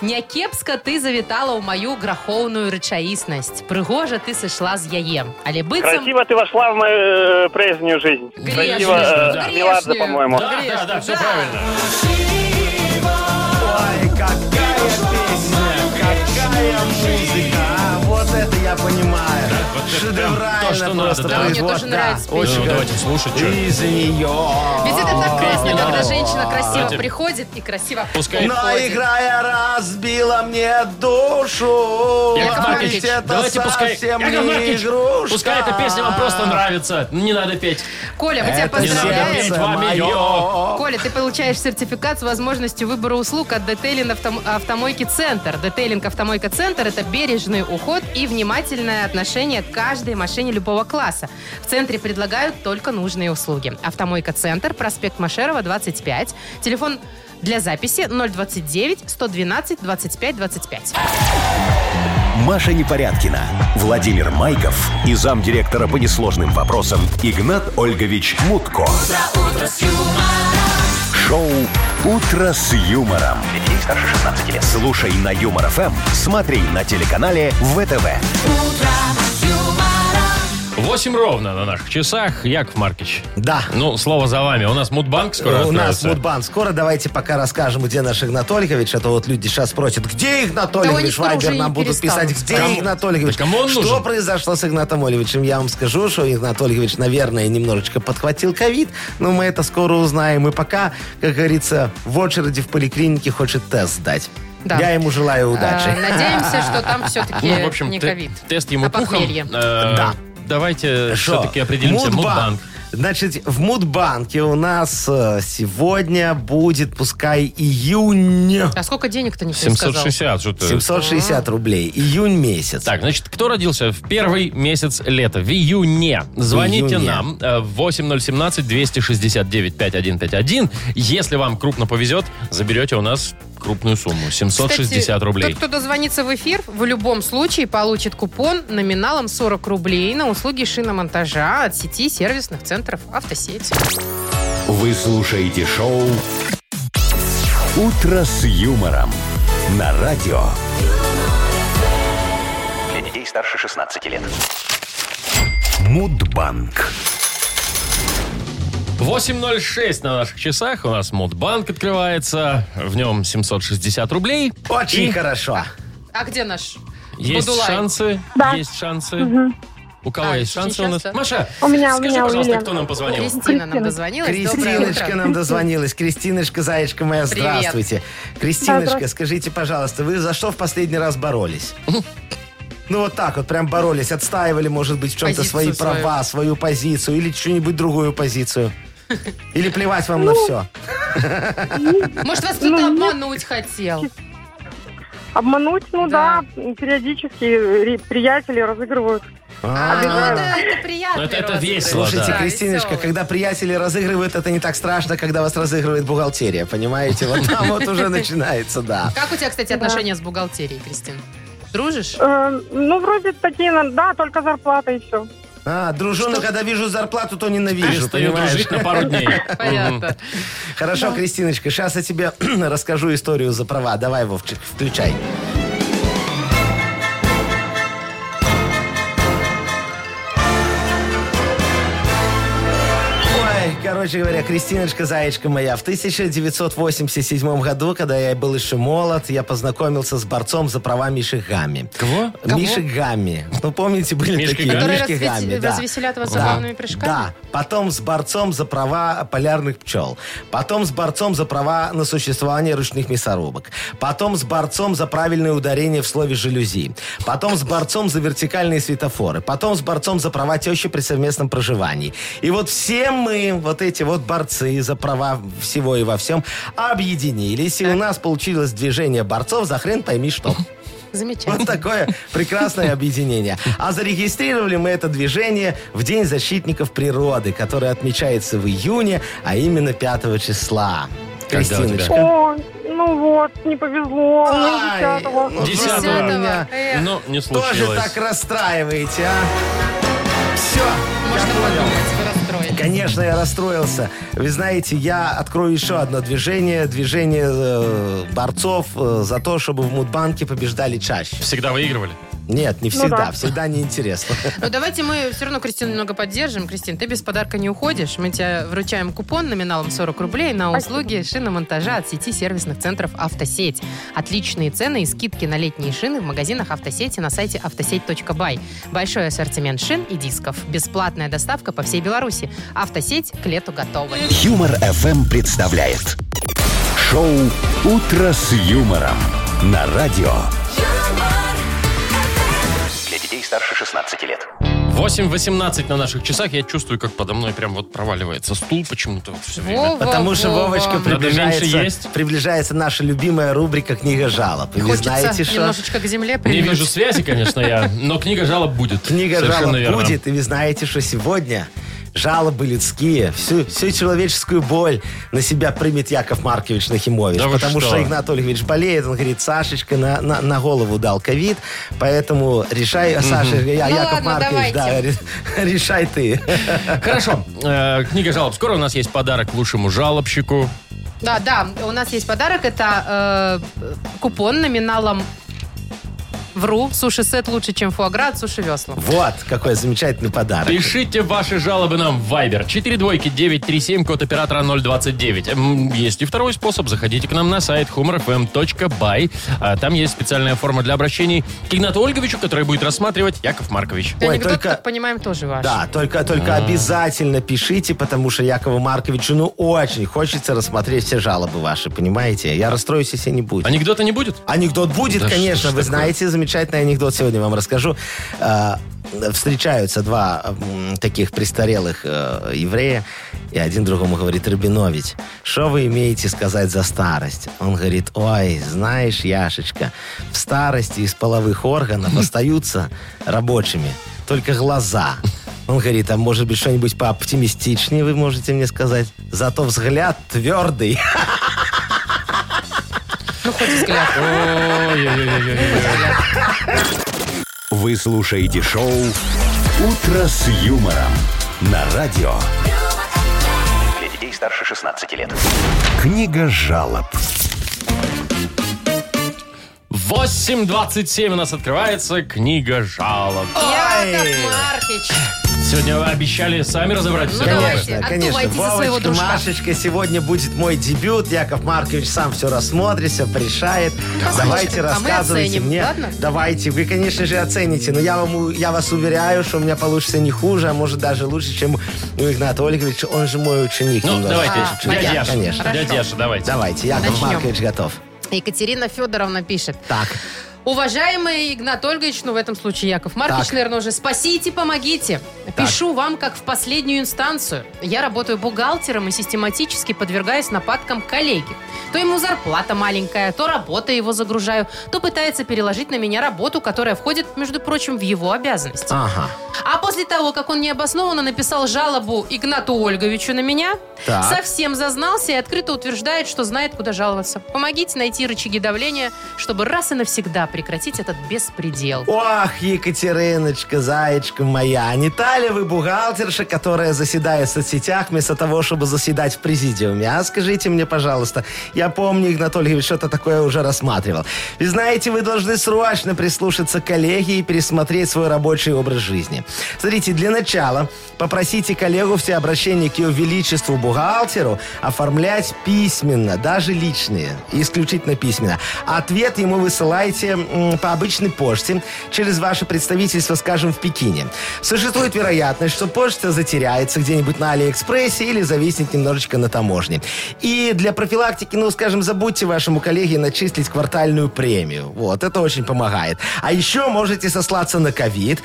Speaker 3: Някепска ты завітала ў маю грахоўную рэчаіснасць. Прыгожа ты сышла з яе, але быццам
Speaker 5: Красиво ты вошла в мою э, прежнюю жизнь. Красиво, э,
Speaker 2: да.
Speaker 5: Меладзе, по-моему.
Speaker 2: Да, да, да, все правильно.
Speaker 4: Ой, какая песня, какая музыка. А, Вот это я понимаю.
Speaker 2: то, что
Speaker 4: Шедеврально
Speaker 2: надо,
Speaker 4: просто
Speaker 2: да.
Speaker 3: А Мне
Speaker 4: производ.
Speaker 3: тоже нравится
Speaker 4: да. Очень
Speaker 2: Ну,
Speaker 4: хорошо.
Speaker 2: давайте слушать. чё.
Speaker 4: Из нее.
Speaker 2: А.
Speaker 3: Ведь это так классно классно, когда женщина красиво
Speaker 2: Кстати.
Speaker 3: приходит и красиво
Speaker 2: Пускай-
Speaker 4: Но
Speaker 3: уходит.
Speaker 4: играя разбила мне душу.
Speaker 2: Яков
Speaker 4: а
Speaker 2: Маркович,
Speaker 4: ведь это
Speaker 2: давайте пускай...
Speaker 4: совсем
Speaker 2: Яков
Speaker 4: не
Speaker 2: Маркович,
Speaker 4: игрушка.
Speaker 2: пускай эта песня вам
Speaker 4: <laughs>
Speaker 2: просто нравится. Не надо петь.
Speaker 3: Коля, мы тебя
Speaker 4: Это
Speaker 2: надо
Speaker 3: поздравляем.
Speaker 2: петь.
Speaker 4: сердце
Speaker 2: вами
Speaker 4: мое.
Speaker 2: ее.
Speaker 3: Коля, ты получаешь сертификат с возможностью выбора услуг от Детейлин Автом- Автомойки Центр. Детейлинг Автомойка Центр – это бережный уход и внимательное отношение к каждой машине любого класса. В центре предлагают только нужные услуги. Автомойка Центр, проспект Машерова, 25, телефон для записи 029 112 25 25.
Speaker 1: Маша Непорядкина, Владимир Майков и замдиректора по несложным вопросам Игнат Ольгович Мутко. Шоу Утро с юмором.
Speaker 6: Для детей старше 16 лет.
Speaker 1: Слушай на Юмор ФМ, смотри на телеканале ВТВ.
Speaker 2: 8 ровно на наших часах. Яков Маркич.
Speaker 4: Да.
Speaker 2: Ну, слово за вами. У нас Мудбанк скоро
Speaker 4: У нас
Speaker 2: откроется.
Speaker 4: Мудбан. Скоро давайте пока расскажем, где наш Игнатольевич. А то вот люди сейчас спросят, где
Speaker 3: Да
Speaker 4: Игнатольевич?
Speaker 3: никто уже
Speaker 4: Вайбер
Speaker 3: не
Speaker 4: нам будут
Speaker 3: перестанут.
Speaker 4: писать, где
Speaker 2: Кому-
Speaker 4: Игнатольевич?
Speaker 2: Да кому он
Speaker 4: Что
Speaker 2: нужен?
Speaker 4: произошло с Игнатом Олевичем? Я вам скажу, что Игнатольевич, наверное, немножечко подхватил ковид, но мы это скоро узнаем. И пока, как говорится, в очереди в поликлинике хочет тест сдать.
Speaker 3: Да.
Speaker 4: Я ему желаю удачи.
Speaker 3: Э, Надеемся, что там все-таки
Speaker 2: Ну, в общем,
Speaker 3: Э, не
Speaker 2: те-
Speaker 3: ковид.
Speaker 2: тест ему
Speaker 3: а
Speaker 2: пухом.
Speaker 3: похмелье.
Speaker 2: Э,
Speaker 4: Да.
Speaker 2: Давайте
Speaker 4: Что?
Speaker 2: все-таки определимся. Мудбанк.
Speaker 4: Значит, в Мудбанке у нас э, сегодня будет, пускай, июнь.
Speaker 3: А сколько денег-то никто не сказал?
Speaker 2: 760. Что-то...
Speaker 4: 760 рублей. Июнь месяц.
Speaker 2: Так, значит, кто родился в первый месяц лета? В июне. Звоните
Speaker 4: июне.
Speaker 2: нам э, в 8017-269-5151. Если вам крупно повезет, заберете у нас крупную сумму. 760
Speaker 3: Кстати,
Speaker 2: рублей.
Speaker 3: Тот, кто дозвонится в эфир, в любом случае получит купон номиналом 40 рублей на услуги шиномонтажа от сети сервисных центров автосети.
Speaker 1: Вы слушаете шоу Утро с юмором на радио.
Speaker 6: Для детей старше 16 лет.
Speaker 1: Мудбанк.
Speaker 2: 8.06 на наших часах. У нас Мудбанк открывается. В нем 760 рублей.
Speaker 4: Очень
Speaker 2: И
Speaker 4: хорошо.
Speaker 3: А где наш
Speaker 2: Есть
Speaker 3: Бадулай?
Speaker 2: шансы.
Speaker 7: Да.
Speaker 2: Есть шансы. У кого
Speaker 3: А,
Speaker 2: есть шансы у нас?
Speaker 3: сейчас-то.
Speaker 2: Маша,
Speaker 7: У меня, у
Speaker 2: скажи,
Speaker 7: меня, у
Speaker 2: пожалуйста,
Speaker 7: Елены.
Speaker 2: кто нам позвонил.
Speaker 3: Кристина нам дозвонилась. ну, Доброе
Speaker 4: Кристиночка
Speaker 3: утро.
Speaker 4: нам дозвонилась. Кристиночка, зайчка моя,
Speaker 3: Привет.
Speaker 4: здравствуйте. Кристиночка,
Speaker 7: Здравствуйте.
Speaker 4: скажите, пожалуйста, вы за что в последний раз боролись? Ну вот так вот, прям боролись, отстаивали, может быть, в чем-то свои
Speaker 3: Позицию свою.
Speaker 4: права, свою позицию или что-нибудь другую позицию. Или плевать вам
Speaker 3: Ну,
Speaker 4: на все.
Speaker 3: Может, вас
Speaker 7: Ну,
Speaker 3: кто-то
Speaker 7: нет.
Speaker 3: обмануть хотел?
Speaker 7: Обмануть, ну да. периодически ри- приятели разыгрывают.
Speaker 3: А, ну
Speaker 7: Обижаю.
Speaker 3: это, это приятно.
Speaker 2: Ну, это- это
Speaker 3: розыгрыш.
Speaker 2: весело,
Speaker 4: Слушайте,
Speaker 2: да.
Speaker 4: Кристиночка,
Speaker 3: веселый.
Speaker 4: когда приятели разыгрывают, это не так страшно, когда вас разыгрывает бухгалтерия, понимаете? Вот там вот уже начинается, да.
Speaker 3: Как у тебя, кстати, отношения с бухгалтерией, Кристин? Дружишь?
Speaker 7: Э, ну, вроде такие, на- да, только зарплата и все.
Speaker 4: А, дружу, но когда вижу зарплату, то ненавижу,
Speaker 2: Перестаю
Speaker 4: понимаешь?
Speaker 2: дружить на пару
Speaker 4: <laughs>
Speaker 2: дней.
Speaker 3: Понятно.
Speaker 4: Хорошо, Кристиночка, сейчас я тебе <clears throat> расскажу историю за права. Давай, Вовчик, включай. Ой, Короче говоря, Кристиночка, заячка моя, в 1987 году, когда я был еще молод, я познакомился с борцом за права Миши Гамми.
Speaker 2: Кого?
Speaker 4: Миши Гамми. Ну, помните, были
Speaker 2: Мишки
Speaker 4: такие
Speaker 2: Гамми?
Speaker 3: Которые
Speaker 4: Мишки
Speaker 3: разве-
Speaker 4: Гамми, да.
Speaker 3: развеселят вас
Speaker 4: Да,
Speaker 3: забавными прыжками?
Speaker 4: Да. Потом с борцом за права полярных пчел. Потом с борцом за права на существование ручных мясорубок. Потом с борцом за правильное ударение в слове «жалюзи». Потом с борцом за вертикальные светофоры. Потом с борцом за права тещи при совместном проживании. И вот все мы, вот эти вот борцы за права всего и во всем, объединились. И у нас получилось движение борцов за хрен пойми что. Вот
Speaker 3: Замечательно.
Speaker 4: такое прекрасное объединение. А зарегистрировали мы это движение в День защитников природы, который отмечается в июне, а именно 5 числа.
Speaker 2: Когда у тебя?
Speaker 4: Кристиночка.
Speaker 7: О, ну вот, не повезло.
Speaker 4: э, Ай,
Speaker 7: Ну, десятого.
Speaker 4: ну,
Speaker 2: Десятого.
Speaker 4: что вы
Speaker 3: Десятого.
Speaker 4: меня
Speaker 3: Эх.
Speaker 2: Но ну, не
Speaker 4: Тоже
Speaker 2: случилось.
Speaker 4: так расстраиваете, а? Все.
Speaker 3: Можно подумать, расстроить.
Speaker 4: Конечно, я расстроился. Вы знаете, я открою еще одно движение. Движение э, борцов э, за то, чтобы в Мудбанке побеждали чаще.
Speaker 2: Всегда выигрывали.
Speaker 4: Нет, не
Speaker 7: Ну
Speaker 4: всегда.
Speaker 7: да.
Speaker 4: Всегда неинтересно.
Speaker 3: Ну, давайте мы все равно Кристину немного поддержим. Кристин, ты без подарка не уходишь. Мы тебе вручаем купон номиналом 40 рублей на услуги шиномонтажа от сети сервисных центров «Автосеть». Отличные цены и скидки на летние шины в магазинах «Автосети» на сайте автосеть.бай. Большой ассортимент шин и дисков. Бесплатная доставка по всей Беларуси. «Автосеть» к лету готова.
Speaker 1: Юмор FM представляет шоу Утро с юмором на радио.
Speaker 8: юмор,
Speaker 6: Для детей старше 16 лет.
Speaker 2: 8.18 на наших часах. Я чувствую, как подо мной прям вот проваливается стул почему-то вот все время.
Speaker 3: Вова,
Speaker 4: Потому что
Speaker 3: Вова.
Speaker 4: А Вовочка
Speaker 2: Надо меньше
Speaker 4: приближается,
Speaker 2: есть.
Speaker 4: приближается наша любимая рубрика «Книга жалоб». И вы
Speaker 3: Хочется
Speaker 4: знаете, что
Speaker 3: немножечко к земле
Speaker 2: Не
Speaker 3: прильнуть.
Speaker 2: вижу связи, конечно, я, но книга жалоб будет.
Speaker 4: книга
Speaker 2: Совершенно
Speaker 4: жалоб
Speaker 2: верно.
Speaker 4: будет, и вы знаете, что сегодня жалобы людские, всю, всю человеческую боль на себя примет Яков Маркович Нахимович.
Speaker 2: Да вы
Speaker 4: потому
Speaker 2: что?
Speaker 4: что? Игнат Ольгович болеет, он говорит, Сашечка на, на, на голову дал ковид, поэтому решай, Саша, я,
Speaker 3: Ну
Speaker 4: Яков
Speaker 3: ладно,
Speaker 4: Маркович, да,
Speaker 3: давайте.
Speaker 4: ре- <laughs> решай ты. <laughs>
Speaker 2: Хорошо. Э, книга жалоб. Скоро у нас есть подарок лучшему жалобщику.
Speaker 3: Да, да, у нас есть подарок. Это э, купон номиналом Вру, суши-сет лучше, чем фуагра от суши-весла.
Speaker 4: Вот, какой замечательный подарок.
Speaker 2: Пишите ваши жалобы нам в Viber. 4 двойки 937, код оператора 029. М, Есть и второй способ. Заходите к нам на сайт humorfm.by. А Там есть специальная форма для обращений к Игнату Ольговичу, который будет рассматривать Яков Маркович.
Speaker 4: Ой,
Speaker 3: Анекдот,
Speaker 4: только-
Speaker 3: как понимаем, тоже ваш.
Speaker 4: Да, только, только обязательно пишите, потому что Якову Марковичу ну очень хочется рассмотреть все жалобы ваши, понимаете? Я расстроюсь, если не будет.
Speaker 2: Анекдота не будет?
Speaker 4: Анекдот будет,
Speaker 2: Да что
Speaker 4: конечно,
Speaker 2: ж
Speaker 4: вы
Speaker 2: такое?
Speaker 4: знаете, замечательный анекдот сегодня вам расскажу. Э, Встречаются два м, таких престарелых э, еврея, и один другому говорит, Рабинович, что вы имеете сказать за старость? Он говорит, ой, знаешь, Яшечка, в старости из
Speaker 2: <laughs>
Speaker 4: половых органов остаются рабочими только глаза. Он говорит, а может быть что-нибудь пооптимистичнее вы можете мне сказать? Зато взгляд твердый.
Speaker 3: Ну, хоть взгляд.
Speaker 2: Ой-ой-ой-ой-ой.
Speaker 1: Вы слушаете шоу Утро с юмором на радио.
Speaker 6: Для детей старше 16 лет.
Speaker 1: Книга жалоб.
Speaker 2: 8.27 у нас открывается книга жалоб.
Speaker 3: Яков Маркич.
Speaker 2: Сегодня вы обещали сами разобрать все
Speaker 3: Ну,
Speaker 2: жалобы.
Speaker 3: давайте. отдувайте за своего
Speaker 4: Вовочка,
Speaker 3: дружка.
Speaker 4: Машечка, сегодня будет мой дебют. Яков Маркович сам все рассмотрит, все решает. Давайте
Speaker 3: Машечка, а мы
Speaker 4: рассказывайте
Speaker 3: оценим,
Speaker 4: мне.
Speaker 3: ладно?
Speaker 4: Давайте, вы, конечно же, оцените. Но я вам, у- я вас уверяю, что у меня получится не хуже, а может даже лучше, чем у Игната Ольговича. Он же мой ученик.
Speaker 2: Ну,
Speaker 4: немножко.
Speaker 2: давайте.
Speaker 3: А,
Speaker 2: дядя
Speaker 4: понятно,
Speaker 2: Яша.
Speaker 4: конечно.
Speaker 2: Дядя
Speaker 3: Хорошо.
Speaker 2: Яша, давайте.
Speaker 4: Давайте, Яков
Speaker 3: Начнем.
Speaker 4: Маркович готов.
Speaker 3: Екатерина Федоровна пишет.
Speaker 4: Так,
Speaker 3: Уважаемый Игнат Ольгович, ну в этом случае Яков Маркович,
Speaker 4: Так.
Speaker 3: наверное, уже спасите, помогите. Пишу вам как в последнюю инстанцию. Я работаю бухгалтером и систематически подвергаюсь нападкам коллеги. То ему зарплата маленькая, то работа его загружаю, то пытается переложить на меня работу, которая входит, между прочим, в его обязанности.
Speaker 4: ага.
Speaker 3: А после того, как он необоснованно написал жалобу Игнату Ольговичу на меня,
Speaker 4: Так.
Speaker 3: совсем зазнался и открыто утверждает, что знает, куда жаловаться. Помогите найти рычаги давления, чтобы раз и навсегда прекратить этот беспредел.
Speaker 4: Ох, Екатериночка, заячка моя, а не та ли вы бухгалтерша, которая заседает в соцсетях вместо того, чтобы заседать в президиуме? А скажите мне, пожалуйста, я помню, Игнат Ольгович что-то такое уже рассматривал. И знаете, вы должны срочно прислушаться к коллеге и пересмотреть свой рабочий образ жизни. Смотрите, для начала попросите коллегу все обращения к ее величеству бухгалтеру оформлять письменно, даже личные, исключительно письменно. Ответ ему высылаете м, по обычной почте через ваше представительство, скажем, в Пекине. Существует вероятность, что почта затеряется где-нибудь на Алиэкспрессе или зависнет немножечко на таможне. И для профилактики, ну, скажем, забудьте вашему коллеге начислить квартальную премию. Вот, это очень помогает. А еще можете сослаться на ковид,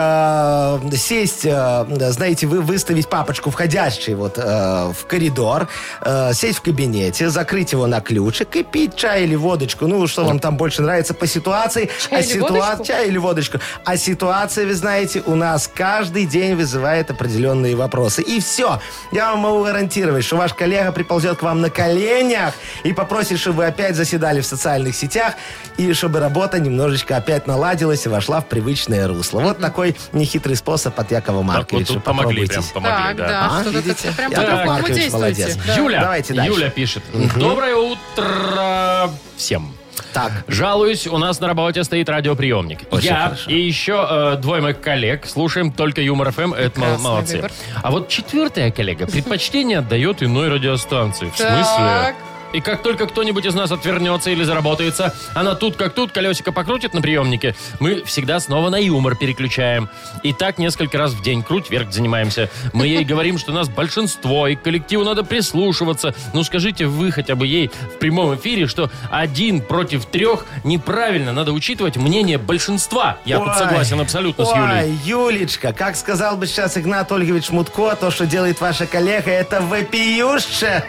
Speaker 4: э, сесть, э, знаете, вы выставить папочку входящий вот э, в коридор, э, сесть в кабинете, закрыть его на ключик и пить чай или водочку. Ну, что вам там больше нравится по ситуации.
Speaker 3: Чай
Speaker 4: а
Speaker 3: или
Speaker 4: ситуа-
Speaker 3: водочку?
Speaker 4: Чай или водочку. А ситуация, вы знаете, у нас каждый день вызывает определенные вопросы. И все. Я вам могу гарантировать, что ваш коллега приползет к вам на коленях и попросит, чтобы вы опять заседали в социальных сетях и чтобы работа немножечко опять наладилась и вошла в привычное русло. Вот такой нехитрый способ от Якова
Speaker 2: Так, вот
Speaker 4: Марковича.
Speaker 2: тут помогли прям,
Speaker 4: Попробуйтесь.
Speaker 2: помогли,
Speaker 3: так,
Speaker 2: да.
Speaker 3: да,
Speaker 4: А,
Speaker 3: что-то
Speaker 4: видите?
Speaker 3: так- прям
Speaker 4: Я
Speaker 3: по
Speaker 4: так,
Speaker 3: какому
Speaker 4: Маркович,
Speaker 3: действуете?
Speaker 4: молодец.
Speaker 3: Да.
Speaker 2: Юля,
Speaker 4: Давайте дальше.
Speaker 2: Юля пишет. Доброе утро всем.
Speaker 4: Так.
Speaker 2: Жалуюсь, у нас на работе стоит радиоприемник.
Speaker 4: Очень
Speaker 2: Я
Speaker 4: хорошо.
Speaker 2: и еще э, двое моих коллег слушаем только Юмор ФМ, это мол-
Speaker 3: Прекрасный
Speaker 2: молодцы.
Speaker 3: выбор.
Speaker 2: А вот четвертая коллега предпочтение отдает иной радиостанции. В
Speaker 3: Так.
Speaker 2: смысле? И как только кто-нибудь из нас отвернется или заработается, она тут как тут колесико покрутит на приемнике, мы всегда снова на юмор переключаем. И так несколько раз в день круть вверх занимаемся. Мы
Speaker 3: <laughs>
Speaker 2: ей говорим, что нас большинство, и к коллективу надо прислушиваться. Ну скажите вы хотя бы ей в прямом эфире, что один против трех неправильно. Надо учитывать мнение большинства. Я тут
Speaker 4: Ой.
Speaker 2: согласен абсолютно с Юлей.
Speaker 4: Ой, Юлечка, как сказал бы сейчас Игнат Ольгович Мутко, то, что делает ваша коллега, это вопиюще.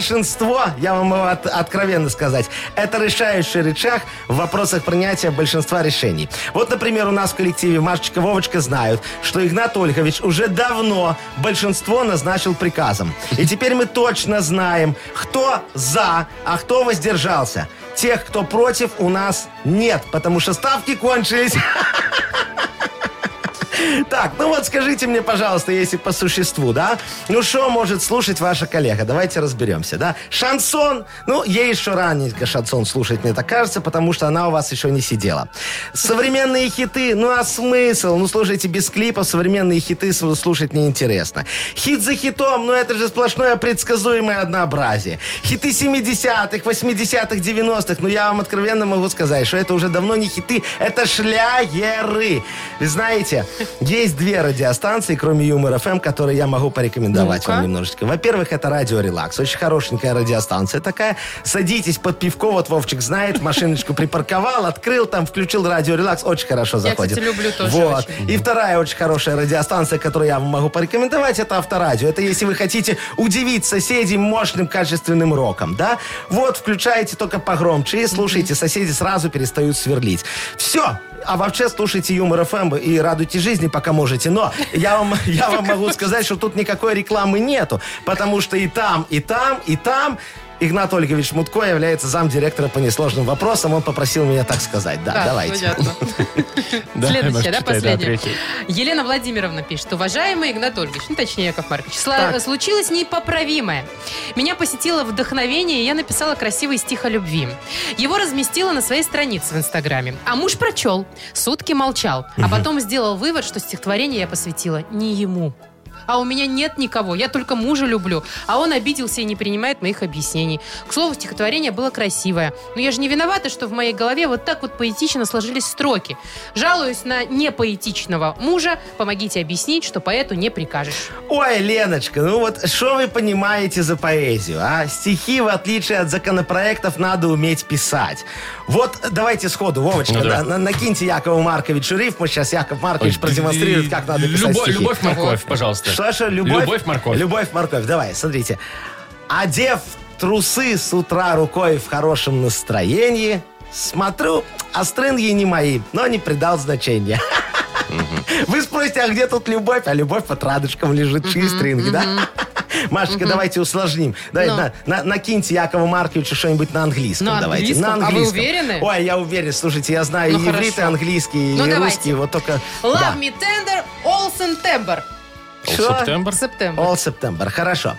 Speaker 4: Большинство, я вам его от- откровенно сказать, это решающий рычаг в вопросах принятия большинства решений. Вот, например, у нас в коллективе Машечка Вовочка знают, что Игнат Ольгович уже давно большинство назначил приказом. И теперь мы точно знаем, кто за, а кто воздержался. Тех, кто против, у нас нет, потому что ставки кончились. Так, ну вот скажите мне, пожалуйста, если по существу, да? Ну что может слушать ваша коллега? Давайте разберемся, да? Шансон? Ну, ей еще раненько шансон слушать, мне так кажется, потому что она у вас еще не сидела. Современные хиты? Ну а смысл? Ну слушайте, без клипов современные хиты с- слушать неинтересно. Хит за хитом? Ну это же сплошное предсказуемое однообразие. Хиты 70-х, 80-х, 90-х. Ну я вам откровенно могу сказать, что это уже давно не хиты, это шлягеры. Вы знаете, есть две радиостанции, кроме Юмор ФМ, которые я могу порекомендовать
Speaker 3: Ну-ка.
Speaker 4: вам немножечко. Во-первых, это Радио Релакс. Очень хорошенькая радиостанция такая. Садитесь под пивко, вот Вовчик знает, машиночку припарковал, открыл там, включил Радио Релакс. Очень хорошо заходит.
Speaker 3: кстати, люблю тоже
Speaker 4: Вот.
Speaker 3: очень.
Speaker 4: И вторая очень хорошая радиостанция, которую я вам могу порекомендовать, это Авторадио. Это если вы хотите удивить соседей мощным качественным роком, да? Вот, включаете только погромче и слушайте, соседи сразу перестают сверлить. Все. А вообще слушайте Юмор ФМ и радуйте жизни, пока можете. Но я вам, <laughs> я вам могу сказать, что тут никакой рекламы нету, потому что и там, и там, и там Игнат Ольгович Мутко является замдиректора по несложным вопросам. Он попросил меня так сказать. Да,
Speaker 3: Так,
Speaker 4: давайте.
Speaker 3: понятно.
Speaker 2: Да,
Speaker 3: Следующая,
Speaker 2: Маша,
Speaker 3: да,
Speaker 2: читай, да,
Speaker 3: последняя.
Speaker 2: третья.
Speaker 3: Елена Владимировна пишет. Уважаемый Игнат Ольгович, ну точнее Яков Маркович, «Сла-
Speaker 4: Так.
Speaker 3: случилось непоправимое. Меня посетило вдохновение, и я написала красивый стих о любви. Его разместила на своей странице в Инстаграме. А муж прочел, сутки молчал, а потом сделал вывод, что стихотворение я посвятила не ему. А у меня нет никого, я только мужа люблю. А он обиделся и не принимает моих объяснений. К слову, стихотворение было красивое. Но я же не виновата, что в моей голове вот так вот поэтично сложились строки. Жалуюсь на непоэтичного мужа. Помогите объяснить, что поэту не прикажешь.
Speaker 4: Ой, Леночка, ну вот что вы понимаете за поэзию, а? Стихи, в отличие от законопроектов, надо уметь писать. Вот давайте сходу, Вовочка,
Speaker 2: Ну, давай.
Speaker 4: на- на- накиньте Якову Марковичу рифму, сейчас Яков Маркович продемонстрирует, как надо писать
Speaker 2: Любо-
Speaker 4: стихи.
Speaker 2: Любовь, морковь, пожалуйста.
Speaker 4: Что, что, любовь?
Speaker 2: Любовь, морковь.
Speaker 4: Любовь, морковь. Давай, смотрите. Одев трусы с утра рукой в хорошем настроении, смотрю, а стрынги не мои, но не придал значения. Вы спросите, а где тут любовь? А любовь под радужком лежит, чьи стринги, да? Машечка, давайте усложним. Давай,
Speaker 3: Ну.
Speaker 4: на- на- накиньте Якову Марковичу что-нибудь на английском.
Speaker 3: На
Speaker 4: давайте.
Speaker 3: английском? А вы
Speaker 4: английском.
Speaker 3: уверены?
Speaker 4: Ой, я уверен. Слушайте, я знаю
Speaker 3: Ну,
Speaker 4: и иврит, и
Speaker 3: хорошо.
Speaker 4: английский, и
Speaker 3: Ну, давайте.
Speaker 4: русский. Вот только...
Speaker 3: Love
Speaker 4: да.
Speaker 3: me tender, all September.
Speaker 4: Всё?
Speaker 2: Септембр?
Speaker 3: September.
Speaker 4: All September. Хорошо.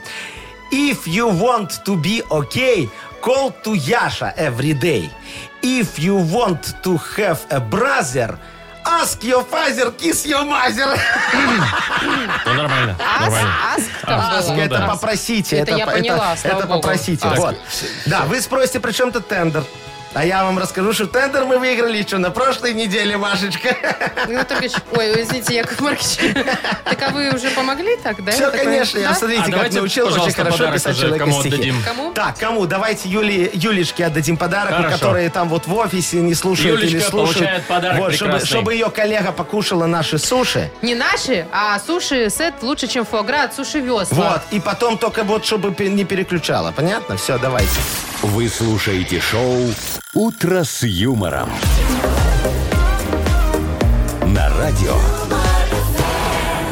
Speaker 4: If you want to be okay, call to Yasha every day. If you want to have a brother, ask your father, kiss your
Speaker 3: <laughs>
Speaker 4: mother.
Speaker 2: Ну, нормально.
Speaker 4: А,
Speaker 2: нормально.
Speaker 3: Ask, ask там
Speaker 2: Ask,
Speaker 3: было.
Speaker 2: Ну
Speaker 4: это
Speaker 2: да.
Speaker 4: попросите.
Speaker 3: Это я поняла, слава
Speaker 4: это
Speaker 3: богу.
Speaker 4: попросите.
Speaker 3: Ask.
Speaker 4: Вот. Да, вы спросите, при чем тут тендер? А я вам расскажу, что тендер мы выиграли еще на прошлой неделе, Машечка. <laughs>
Speaker 3: Игнат Ольгович, ой, ой, извините, Яков Маркович. <laughs> Так а вы уже помогли так, да?
Speaker 4: Все,
Speaker 3: Такой,
Speaker 4: конечно. Я,
Speaker 3: да?
Speaker 4: смотрите,
Speaker 2: А
Speaker 4: как
Speaker 2: давайте,
Speaker 4: научил очень
Speaker 2: пожалуйста,
Speaker 4: хорошо
Speaker 2: подарок
Speaker 4: писать
Speaker 2: уже
Speaker 4: человеку
Speaker 2: кому
Speaker 4: стихи.
Speaker 2: отдадим?
Speaker 3: Кому?
Speaker 4: Так, кому? Давайте Юли, Юлечке отдадим подарок,
Speaker 2: Хорошо.
Speaker 4: которые там вот в офисе не слушают
Speaker 2: Юлечка
Speaker 4: или слушают.
Speaker 2: получает подарок
Speaker 4: Вот, чтобы,
Speaker 2: прекрасный.
Speaker 4: чтобы ее коллега покушала наши суши.
Speaker 3: Не наши, а суши-сет лучше, чем фуагра от суши-весла.
Speaker 4: Вот, и потом только вот, чтобы пе- не переключала. Понятно? Все, давайте.
Speaker 1: Вы слушаете шоу «Утро с юмором». На радио.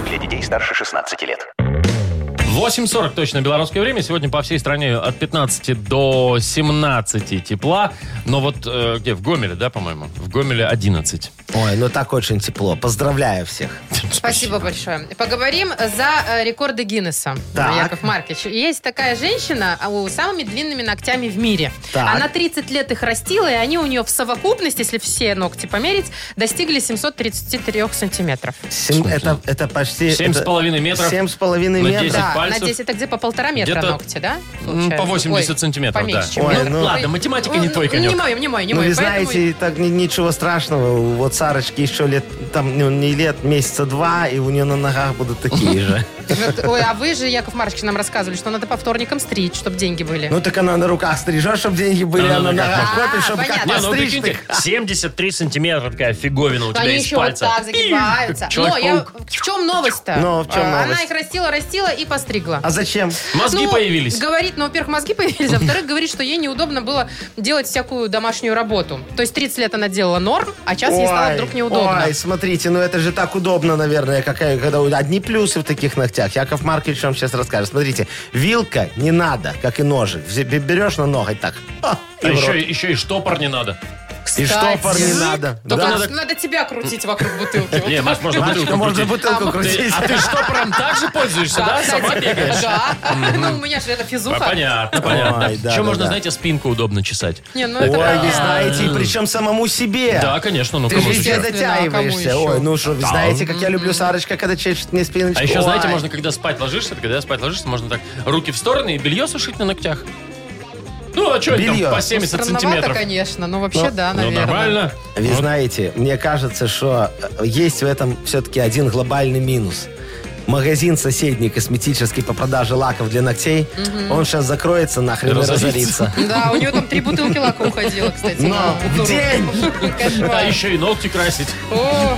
Speaker 6: Для детей старше 16 лет.
Speaker 2: 8.40 точно белорусское время. Сегодня по всей стране от 15 до <laughs> 17 тепла. Но вот э, где? В Гомеле, да, по-моему? В Гомеле 11.
Speaker 4: Ой, ну так очень тепло. Поздравляю всех.
Speaker 3: Спасибо большое. Поговорим за э, рекорды Гиннесса.
Speaker 4: Так.
Speaker 3: Яков Маркович. Есть такая женщина а, у самыми длинными ногтями в мире.
Speaker 4: Так.
Speaker 3: Она 30 лет их растила, и они у нее в совокупности, если все ногти померить, достигли 733 сантиметров.
Speaker 4: Сем- это, это почти...
Speaker 2: Семь с
Speaker 4: это-
Speaker 2: половиной метров.
Speaker 4: Семь с половиной
Speaker 2: На
Speaker 4: метров.
Speaker 2: 10
Speaker 3: Да,
Speaker 2: пальцев.
Speaker 3: на 10 это где по полтора метра
Speaker 2: Где-то,
Speaker 3: ногти, да?
Speaker 2: м, по 80 сантиметров, да.
Speaker 4: Ой, ну-
Speaker 2: Ладно, математика не твой конек.
Speaker 3: Не мой, не мой, не
Speaker 4: Ну,
Speaker 3: мой.
Speaker 4: вы
Speaker 3: Поэтому-
Speaker 4: знаете, так ни- ничего страшного. У вот Сарочки еще лет, там, ну, не лет, месяца два, и у нее на ногах
Speaker 3: <laughs>
Speaker 4: будут такие же.
Speaker 3: Вот, Ой, а вы же, Яков Маркович, нам рассказывали, что надо по вторникам стричь, чтобы деньги были.
Speaker 4: Ну, так она на руках стрижет, чтобы деньги были,
Speaker 2: Да,
Speaker 4: а на
Speaker 2: ну, как
Speaker 4: ногах
Speaker 3: можно.
Speaker 4: копит,
Speaker 3: А,
Speaker 4: чтобы как
Speaker 3: понятно.
Speaker 2: Не, ну
Speaker 4: постричь
Speaker 2: прикиньте, 73 сантиметра такая фиговина у тебя
Speaker 3: Они
Speaker 2: из
Speaker 3: еще
Speaker 2: пальца.
Speaker 3: вот так загибаются.
Speaker 2: Пи,
Speaker 3: Но я...
Speaker 2: Человек-паук.
Speaker 3: В чем новость-то?
Speaker 4: Ну, в чем
Speaker 3: А,
Speaker 4: новость?
Speaker 3: Она их растила, растила и постригла.
Speaker 4: А зачем?
Speaker 2: Мозги
Speaker 3: Ну,
Speaker 2: появились.
Speaker 3: Говорит, ну, во-первых, мозги появились, а во-вторых, говорит, что ей неудобно было делать всякую домашнюю работу. То есть 30 лет она делала норм, а сейчас ей стало
Speaker 4: Ой,
Speaker 3: вдруг неудобно.
Speaker 4: Ой, смотрите, ну это же так удобно, наверное, какая, когда у- одни плюсы в таких ногтях. Яков Маркович вам сейчас расскажет. Смотрите, вилка не надо, как и ножик. Взе- бе- Берешь на ноготь так. ха, и
Speaker 2: А
Speaker 4: в
Speaker 2: еще,
Speaker 4: рот.
Speaker 2: еще и штопор не надо.
Speaker 4: И штопор не надо.
Speaker 3: Только
Speaker 4: Да.
Speaker 3: надо... Ну, надо тебя крутить вокруг бутылки.
Speaker 2: Не, Маш, можно
Speaker 4: Машечка,
Speaker 2: бутылку
Speaker 4: можно
Speaker 2: крутить.
Speaker 4: бутылку
Speaker 2: Ты-
Speaker 4: крутить.
Speaker 2: А ты штопором так же пользуешься, да? Сама
Speaker 3: кстати,
Speaker 2: бегаешь?
Speaker 3: Да. Ну, у меня же это
Speaker 2: А,
Speaker 3: физуха.
Speaker 2: понятно, понятно.
Speaker 4: Ой, да,
Speaker 2: Еще
Speaker 4: да,
Speaker 2: можно,
Speaker 4: да.
Speaker 2: знаете, спинку удобно чесать.
Speaker 3: Не, ну
Speaker 4: Ой,
Speaker 3: это
Speaker 4: вы
Speaker 3: правда.
Speaker 4: знаете, и причем самому себе.
Speaker 2: Да, конечно, ну
Speaker 4: Ты же
Speaker 2: кому
Speaker 4: везде
Speaker 2: же еще?
Speaker 3: Да,
Speaker 4: дотягиваешься.
Speaker 3: кому еще?
Speaker 4: Ой, ну что, вы знаете, как я люблю Сарочка, когда чешет мне спиночку.
Speaker 2: А еще, знаете,
Speaker 4: Ой.
Speaker 2: можно, когда спать ложишься, когда спать ложишься, можно так руки в стороны и белье сушить на ногтях. Ну, а что это
Speaker 4: Белье.
Speaker 2: там по 70
Speaker 3: Ну, Странновато,
Speaker 2: сантиметров?
Speaker 3: конечно, но вообще
Speaker 4: Ну,
Speaker 3: да,
Speaker 2: Ну,
Speaker 3: наверное.
Speaker 2: нормально.
Speaker 4: Вы
Speaker 2: Вот.
Speaker 4: знаете, мне кажется, что э, есть в этом все-таки один глобальный минус. Магазин соседний косметический по продаже лаков для ногтей, он сейчас закроется нахрен и
Speaker 2: Разорится.
Speaker 4: разорится.
Speaker 3: Да, у нее там три бутылки лака уходило, кстати.
Speaker 4: Но
Speaker 3: на одну
Speaker 4: в день!
Speaker 3: руку.
Speaker 2: Да,
Speaker 3: Кошмар.
Speaker 2: еще и ногти красить.
Speaker 3: О,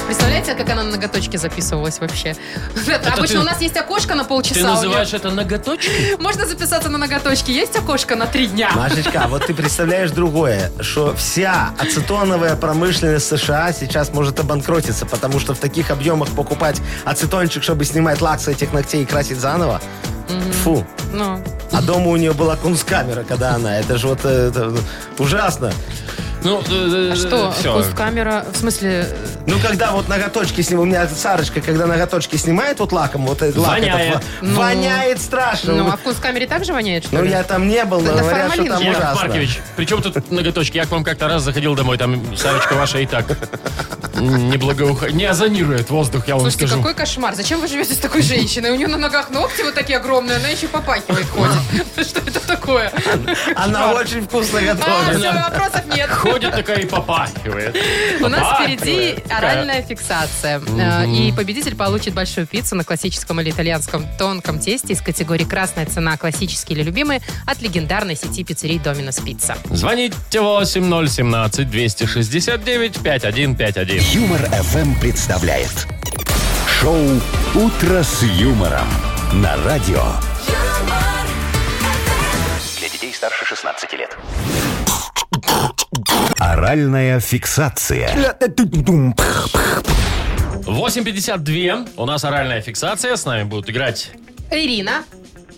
Speaker 3: Представляете, как она на ноготочки записывалась вообще? <laughs>
Speaker 2: ты-
Speaker 3: Обычно у нас есть окошко на полчаса.
Speaker 2: Ты
Speaker 3: у неё.
Speaker 2: называешь это ноготочки?
Speaker 3: <laughs> Можно записаться на ноготочки. Есть окошко на три дня.
Speaker 4: Машечка, а вот ты представляешь другое, что вся ацетоновая промышленность США сейчас может обанкротиться, потому что в таких объемах покупать ацетончик, чтобы снимать лак с этих ногтей и красить заново, фу.
Speaker 3: Ну,
Speaker 4: А дома у нее была кунсткамера, когда она. Это же вот э, это ужасно.
Speaker 2: Ну, э, э,
Speaker 3: А что,
Speaker 2: всё.
Speaker 3: камера, в смысле...
Speaker 4: Ну, когда вот ноготочки снимают, у меня Сарочка, когда ноготочки снимает вот лаком, вот этот лак
Speaker 2: Воняет.
Speaker 4: этот,
Speaker 3: Ну.
Speaker 4: воняет страшно.
Speaker 3: Ну,
Speaker 4: Ну,
Speaker 3: а вкус камере так же воняет, что ли?
Speaker 4: я там не был, но
Speaker 3: Да
Speaker 4: говорят, что
Speaker 3: формалин
Speaker 4: там
Speaker 3: же.
Speaker 2: Яков
Speaker 4: ужасно.
Speaker 2: Маркович, при чем тут ноготочки? Я к вам как-то раз заходил домой, там Сарочка ваша и
Speaker 4: <laughs>
Speaker 2: так неблагоуха... Не озонирует воздух, я вам
Speaker 3: Слушайте,
Speaker 2: скажу.
Speaker 3: какой кошмар. Зачем вы живете с такой женщиной? У нее на ногах ногти вот такие огромные, она еще попахивает ходит. <laughs> Что это такое?
Speaker 4: Она очень вкусно
Speaker 3: А,
Speaker 4: готовит.
Speaker 3: все, вопросов нет.
Speaker 2: Ходит такая и попахивает.
Speaker 3: У нас
Speaker 2: Попахивает.
Speaker 3: впереди
Speaker 2: Такая.
Speaker 3: оральная фиксация. Э, И победитель получит большую пиццу на классическом или итальянском тонком тесте из категории «Красная цена. Классические или любимые» от легендарной сети пиццерий «Доминос Пицца».
Speaker 2: Звоните 8017-269-5151.
Speaker 1: Юмор ФМ представляет. Шоу «Утро с юмором» на радио.
Speaker 8: юмор,
Speaker 6: Для детей старше 16 лет.
Speaker 1: Оральная фиксация.
Speaker 2: 8.52. У нас оральная фиксация. С нами будут играть
Speaker 3: Ирина.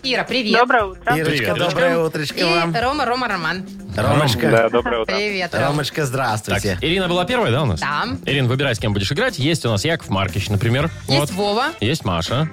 Speaker 3: Ира, привет.
Speaker 7: Доброе утро.
Speaker 4: Ирочка,
Speaker 2: Привет,
Speaker 4: доброе
Speaker 3: И
Speaker 4: утречко вам.
Speaker 3: Рома, Рома, Роман.
Speaker 4: Ромочка.
Speaker 5: Да, доброе утро.
Speaker 3: Привет, Рома.
Speaker 2: Ну,
Speaker 4: Ромочка,
Speaker 2: Так,
Speaker 4: здравствуйте.
Speaker 2: Ирина была первая, да, у нас?
Speaker 3: Да.
Speaker 2: Ирин, выбирай, с кем будешь играть. Есть у нас Яков Маркич, например. Вот.
Speaker 3: Есть Вова.
Speaker 2: Есть Маша.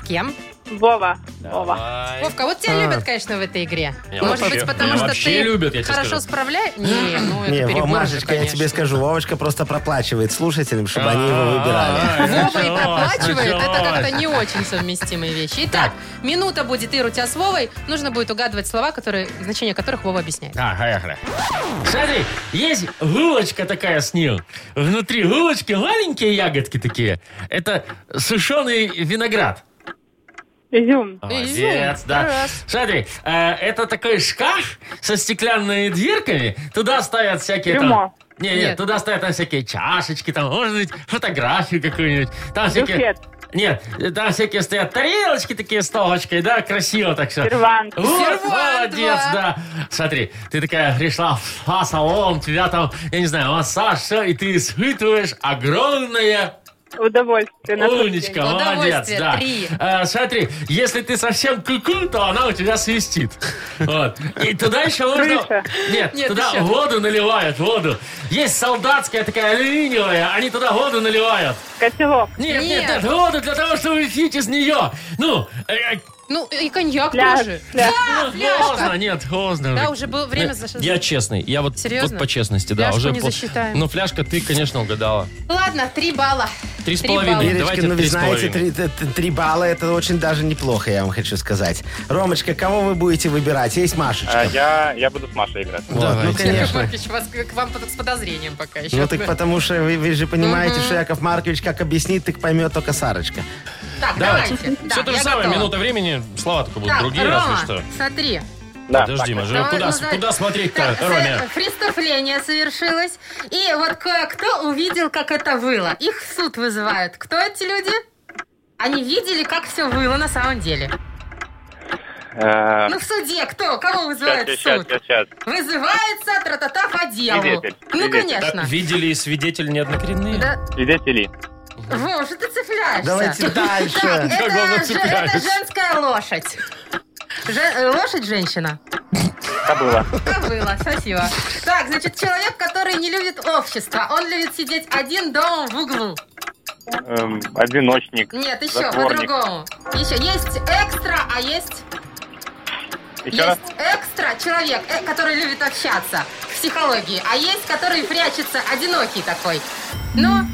Speaker 3: С кем?
Speaker 7: Вова. Вова.
Speaker 2: Давай.
Speaker 3: Вовка, вот тебя любят, конечно, в этой игре.
Speaker 2: А. Меня
Speaker 3: Может
Speaker 2: вообще-
Speaker 3: быть, потому
Speaker 2: меня
Speaker 3: что
Speaker 2: вообще
Speaker 3: ты
Speaker 2: любят, я тебе
Speaker 3: хорошо
Speaker 2: скажу.
Speaker 3: справляешь? Не, ну это
Speaker 4: Не, Во,
Speaker 3: перебор же,
Speaker 4: Машечка, я
Speaker 3: конечно.
Speaker 4: тебе скажу, Вовочка просто проплачивает слушателям, чтобы они его выбирали.
Speaker 3: Вова и
Speaker 2: Началось,
Speaker 3: проплачивает, это
Speaker 2: началось.
Speaker 3: как-то не очень совместимые вещи. Итак, минута будет, Ир, у тебя с Вовой. Нужно будет угадывать слова, которые, значение которых Вова объясняет.
Speaker 2: А, поехали. Смотри, есть гулочка такая с ним. Внутри гулочки маленькие ягодки такие. Это сушеный виноград.
Speaker 7: Изюм.
Speaker 3: Изюм.
Speaker 2: Молодец, да.
Speaker 3: Раз.
Speaker 2: Смотри, э, это такой шкаф со стеклянными дверками. Туда ставят всякие там...
Speaker 7: Трюмо.
Speaker 2: Не, нет,
Speaker 3: Нет.
Speaker 2: туда ставят там всякие чашечки, там, может быть, фотографию какую-нибудь. Там всякие...
Speaker 7: Буфет.
Speaker 2: Нет, там всякие стоят тарелочки такие с толочкой, да, красиво так все.
Speaker 7: Сервант.
Speaker 2: Вот,
Speaker 3: Сервант,
Speaker 2: молодец,
Speaker 3: да.
Speaker 2: да. Смотри, ты такая пришла в фа- салон, тебя там, я не знаю, массаж, все, и ты испытываешь огромное
Speaker 7: Удовольствие. на самом деле.
Speaker 2: Умничка, молодец,
Speaker 3: Удовольствие,
Speaker 2: да.
Speaker 3: три.
Speaker 2: Э, смотри, если ты совсем куку, то она у тебя
Speaker 7: <laughs>
Speaker 2: свистит. Вот. И туда еще нужно...
Speaker 7: Крыша.
Speaker 2: Нет,
Speaker 3: Нет,
Speaker 2: туда
Speaker 3: еще.
Speaker 2: воду наливают, воду. Есть солдатская такая алюминиевая, они туда воду наливают.
Speaker 7: Котелок.
Speaker 2: Нет, нет,
Speaker 3: Нет.
Speaker 2: нет, воду для того, чтобы пить из нее. Ну, э, э,
Speaker 3: Ну, и коньяк
Speaker 7: Пляж.
Speaker 3: тоже.
Speaker 7: Пляж.
Speaker 3: Да,
Speaker 2: поздно,
Speaker 3: пляшка.
Speaker 2: нет, поздно.
Speaker 3: Да, уже было время за
Speaker 2: Ну, Я честный, я вот, вот
Speaker 3: Серьезно?
Speaker 2: по честности, да.
Speaker 3: Фляжку
Speaker 2: уже
Speaker 3: не засчитаем.
Speaker 2: Ну, фляжка, ты, конечно, угадала.
Speaker 3: Ладно, три балла.
Speaker 2: Три с
Speaker 3: Три
Speaker 2: половиной.
Speaker 3: балла.
Speaker 2: Давайте
Speaker 4: Ирочка, ну вы
Speaker 2: три с
Speaker 4: знаете,
Speaker 2: половиной.
Speaker 4: три, т- три балла это очень даже неплохо, я вам хочу сказать. Ромочка, кого вы будете выбирать? Есть Машечка.
Speaker 8: А, Я, я буду с Машей играть.
Speaker 4: Вот, ну,
Speaker 2: давайте.
Speaker 3: Яков
Speaker 4: конечно.
Speaker 3: Маркович, вас- к вам под- с подозрением пока еще.
Speaker 4: Ну, так потому что вы, вы же понимаете, что Яков Маркович как объяснит, так поймет только Сарочка.
Speaker 3: Так,
Speaker 2: Давайте.
Speaker 3: давайте. Да,
Speaker 2: Все то же
Speaker 3: я
Speaker 2: самое,
Speaker 3: готова.
Speaker 2: минута времени, слова только будут
Speaker 3: Так,
Speaker 2: другие, разве
Speaker 3: Рома,
Speaker 2: что.
Speaker 3: смотри.
Speaker 8: Да,
Speaker 2: Подожди,
Speaker 8: так,
Speaker 2: Маша,
Speaker 3: Давай,
Speaker 2: куда,
Speaker 3: ну, давай.
Speaker 2: куда смотреть-то,
Speaker 3: Так,
Speaker 2: Роме?
Speaker 3: э, Преступление совершилось. И вот кое-кто увидел, как это выло. Их в суд вызывают. Кто эти люди? Они видели, как все выло на самом деле.
Speaker 8: э,
Speaker 3: Ну, в суде кто? Кого
Speaker 8: Сейчас,
Speaker 3: вызывают в
Speaker 8: сейчас,
Speaker 3: суд?
Speaker 8: сейчас, сейчас.
Speaker 3: Вызывается тра-та-та по делу.
Speaker 8: Свидетель,
Speaker 3: Ну,
Speaker 8: свидетель.
Speaker 3: конечно.
Speaker 2: Видели и свидетели неоднокоренные?
Speaker 3: Да.
Speaker 8: Свидетели.
Speaker 3: Во, что ты цепляешься? <laughs>
Speaker 4: Давайте
Speaker 2: <laughs>
Speaker 3: Так,
Speaker 4: дальше.
Speaker 2: Как главное,
Speaker 3: это, же- это
Speaker 2: цепляюсь.
Speaker 3: женская лошадь. Же- э, лошадь женщина.
Speaker 8: Кобыла.
Speaker 3: Кобыла, спасибо. Так, значит, человек, который не любит общество. Он любит сидеть один дома в углу.
Speaker 8: Эм, Одиночник.
Speaker 3: Нет, еще
Speaker 8: Затворник.
Speaker 3: по-другому. Еще есть экстра, а есть...
Speaker 8: Еще раз.
Speaker 3: есть экстра человек, э, который любит общаться в психологии, а есть, который прячется, одинокий такой. Ну,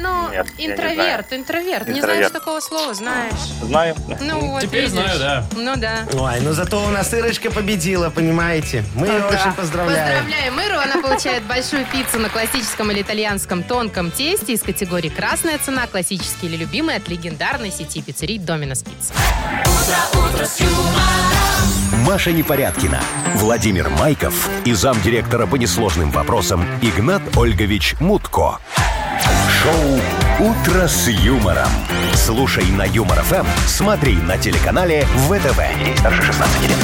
Speaker 3: ну,
Speaker 8: Нет, я не
Speaker 3: интроверт, интроверт. Не знаешь
Speaker 8: Интроверт.
Speaker 3: такого слова, знаешь.
Speaker 8: Знаю.
Speaker 3: Ну вот,
Speaker 2: Теперь
Speaker 3: видишь.
Speaker 2: знаю, да.
Speaker 3: Ну да.
Speaker 4: Ой, ну зато у нас Ирочка победила, понимаете?
Speaker 3: Ну
Speaker 4: Мы ее очень поздравляем.
Speaker 3: Поздравляем Иру. Она получает большую пиццу на классическом или итальянском тонком тесте из категории «Красная цена», «Классический» или «Любимый» от легендарной сети пиццерий «Доминос Пицца».
Speaker 1: Маша Непорядкина, Владимир Майков и замдиректора по несложным вопросам Игнат Ольгович Мутко. Шоу «Утро с юмором». Слушай на Юмор ФМ, смотри на телеканале ВТВ. Здесь старше 16 лет.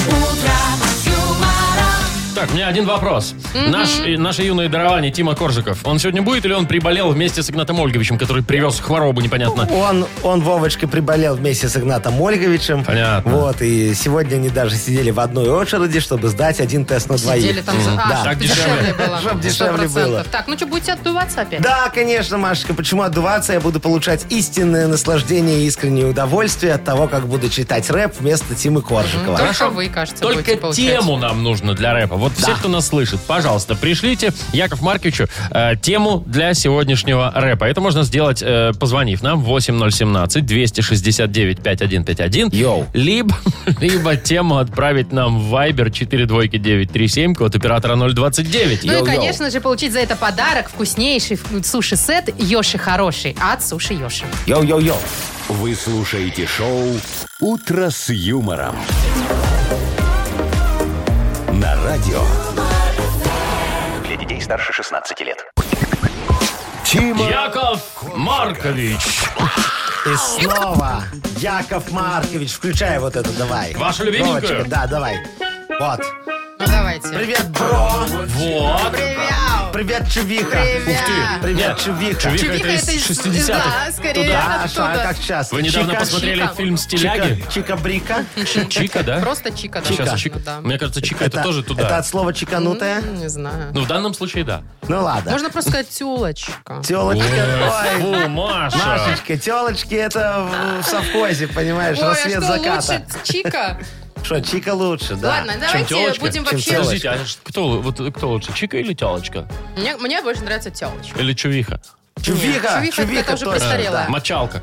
Speaker 2: Так, у меня один вопрос. Наш, э, наше юное дарование Тима Коржиков, он сегодня будет или он приболел вместе с Игнатом Ольговичем, который привез хворобу непонятно?
Speaker 4: Он, он Вовочка приболел вместе с Игнатом Ольговичем.
Speaker 2: Понятно.
Speaker 4: Вот, и сегодня они даже сидели в одной очереди, чтобы сдать один тест на двоих.
Speaker 3: Сидели там за...
Speaker 4: Да.
Speaker 3: А,
Speaker 2: Так
Speaker 3: чтоб
Speaker 2: дешевле.
Speaker 3: было.
Speaker 4: Чтоб
Speaker 3: 100%.
Speaker 4: дешевле было.
Speaker 3: Так, ну что, будете отдуваться опять?
Speaker 4: Да, конечно, Машечка, почему отдуваться? Я буду получать истинное наслаждение и искреннее удовольствие от того, как буду читать рэп вместо Тимы Коржикова.
Speaker 3: Только вы, кажется, будете
Speaker 2: Только
Speaker 3: получать.
Speaker 2: тему нам нужно для рэпа. Вот все, кто нас слышит, пожалуйста, пришлите Яков Марковичу э, тему для сегодняшнего рэпа. Это можно сделать, э, позвонив нам 8017-269-5151.
Speaker 4: Йоу.
Speaker 2: Либо, <laughs> либо тему отправить нам в Viber 42937, код оператора 029.
Speaker 3: Ну
Speaker 2: Йоу.
Speaker 3: и, конечно же, получить за это подарок вкуснейший ф- суши-сет Йоши Хороший от Суши Йоши.
Speaker 4: Йоу-йоу-йоу.
Speaker 1: Вы слушаете шоу «Утро с юмором». На радио
Speaker 6: Для детей старше 16 лет.
Speaker 1: Тима
Speaker 2: Яков Маркович,
Speaker 4: И снова Яков Маркович, включай вот это, давай.
Speaker 2: Вашу любименькую?
Speaker 4: Вовочка, да, давай. Вот.
Speaker 3: Ну давайте.
Speaker 4: Привет, бро.
Speaker 2: вот.
Speaker 4: Привет, Чувиха. Ух
Speaker 2: ты.
Speaker 4: Привет,
Speaker 2: Нет,
Speaker 4: Чувиха.
Speaker 2: Чувиха.
Speaker 3: Чувиха это из
Speaker 2: 60-х.
Speaker 3: Да, скорее
Speaker 4: Да, Аша, а
Speaker 3: оттуда.
Speaker 4: как сейчас?
Speaker 2: Вы недавно
Speaker 4: Чика-
Speaker 2: посмотрели фильм «Стиляги»?
Speaker 4: Чика- Чика-брика?
Speaker 2: <laughs> Чика, да?
Speaker 3: Просто чика. да,
Speaker 2: Сейчас,
Speaker 3: наверное,
Speaker 2: Чика.
Speaker 3: да.
Speaker 2: Мне кажется, Чика это, тоже туда.
Speaker 4: Это от слова чеканутая?
Speaker 3: Не знаю.
Speaker 2: Ну, в данном случае, да.
Speaker 4: Ну ладно.
Speaker 3: Можно просто сказать тёлочка.
Speaker 4: Телочка, ой,
Speaker 2: Фу, Маша.
Speaker 4: Машечка, телочки это в- в совхозе, понимаешь,
Speaker 3: Ой, а что,
Speaker 4: рассвет заката.
Speaker 3: лучше чика?
Speaker 4: Что, Чика лучше, <laughs> да.
Speaker 3: Ладно, давайте
Speaker 2: тёлочка,
Speaker 3: будем
Speaker 4: чем
Speaker 3: вообще...
Speaker 4: тёлочка.
Speaker 2: Подождите, а кто, вот, кто лучше, Чика или Телочка?
Speaker 3: Мне мне больше нравится тёлочка.
Speaker 2: Или Чувиха?
Speaker 4: Чувиха,
Speaker 3: Чувиха, это уже
Speaker 4: точно,
Speaker 3: престарелая.
Speaker 4: да.
Speaker 2: Мочалка.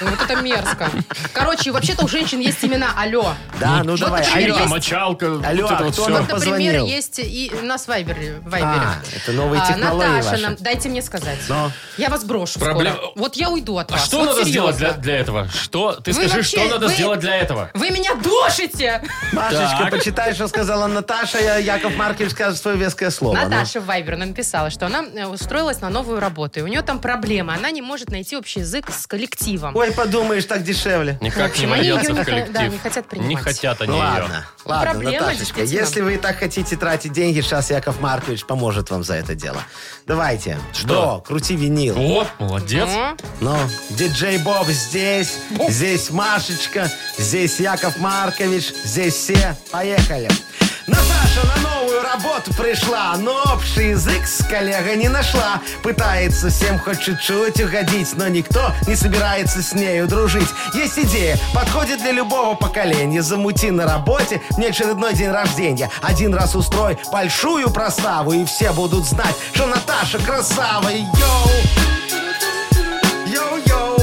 Speaker 3: Ну, Вот это мерзко. Короче, вообще-то у женщин есть имена алло.
Speaker 4: Да, ну давай.
Speaker 3: например,
Speaker 4: Алло,
Speaker 2: Чика,
Speaker 3: есть-
Speaker 2: мочалка,
Speaker 4: Алло,
Speaker 2: вот это
Speaker 4: а
Speaker 2: вот
Speaker 4: кто
Speaker 2: все.
Speaker 4: нам
Speaker 3: Например,
Speaker 4: позвонил.
Speaker 3: есть и у нас в Вайбере. в Вайбере.
Speaker 4: А, это новые
Speaker 3: А,
Speaker 4: технологии
Speaker 3: Наташа,
Speaker 4: ваши.
Speaker 3: нам- дайте мне сказать.
Speaker 4: Но.
Speaker 3: Я вас брошу
Speaker 2: Проблем-
Speaker 3: скоро. Вот я уйду от
Speaker 2: А
Speaker 3: вас.
Speaker 2: что
Speaker 3: Вот
Speaker 2: надо
Speaker 3: серьезно.
Speaker 2: сделать для, для этого? Что? Ты
Speaker 3: Вы
Speaker 2: скажи,
Speaker 3: вообще-
Speaker 2: что надо
Speaker 3: вы-
Speaker 2: сделать для этого?
Speaker 3: Вы меня душите!
Speaker 4: Машечка,
Speaker 2: Так.
Speaker 4: почитай, что сказала Наташа, я- Яков Маркович скажет свое веское слово. ну.
Speaker 3: Наташа в Вайбер написала, что она э, устроилась на новую работы. У нее там проблемы. Она не может найти общий язык с коллективом.
Speaker 4: Ой, подумаешь, так дешевле.
Speaker 3: В
Speaker 2: Никак не
Speaker 3: общем, они
Speaker 2: вольется
Speaker 3: её не
Speaker 2: в
Speaker 3: хо- да,
Speaker 2: коллектив.
Speaker 3: не хотят
Speaker 2: Не
Speaker 3: принимать.
Speaker 2: хотят они
Speaker 4: Ну,
Speaker 2: ее.
Speaker 4: ладно, ладно,
Speaker 3: Проблема,
Speaker 4: Наташечка,
Speaker 3: действительно.
Speaker 4: если вы так хотите тратить деньги, сейчас Яков Маркович поможет вам за это дело. Давайте.
Speaker 2: Что?
Speaker 4: Бро, крути винил.
Speaker 2: О, молодец.
Speaker 3: Ну,
Speaker 4: Ну, диджей Боб здесь, здесь Машечка, здесь Яков Маркович, здесь все. Поехали. Наташа на новую работу пришла, но общий язык с коллегой не нашла. Пытается всем хоть чуть-чуть угодить, но никто не собирается с нею дружить. Есть идея, подходит для любого поколения. Замути на работе мне очередной день рождения. Один раз устрой большую проставу, и все будут знать, что Наташа красава. Йоу! Йоу-йоу.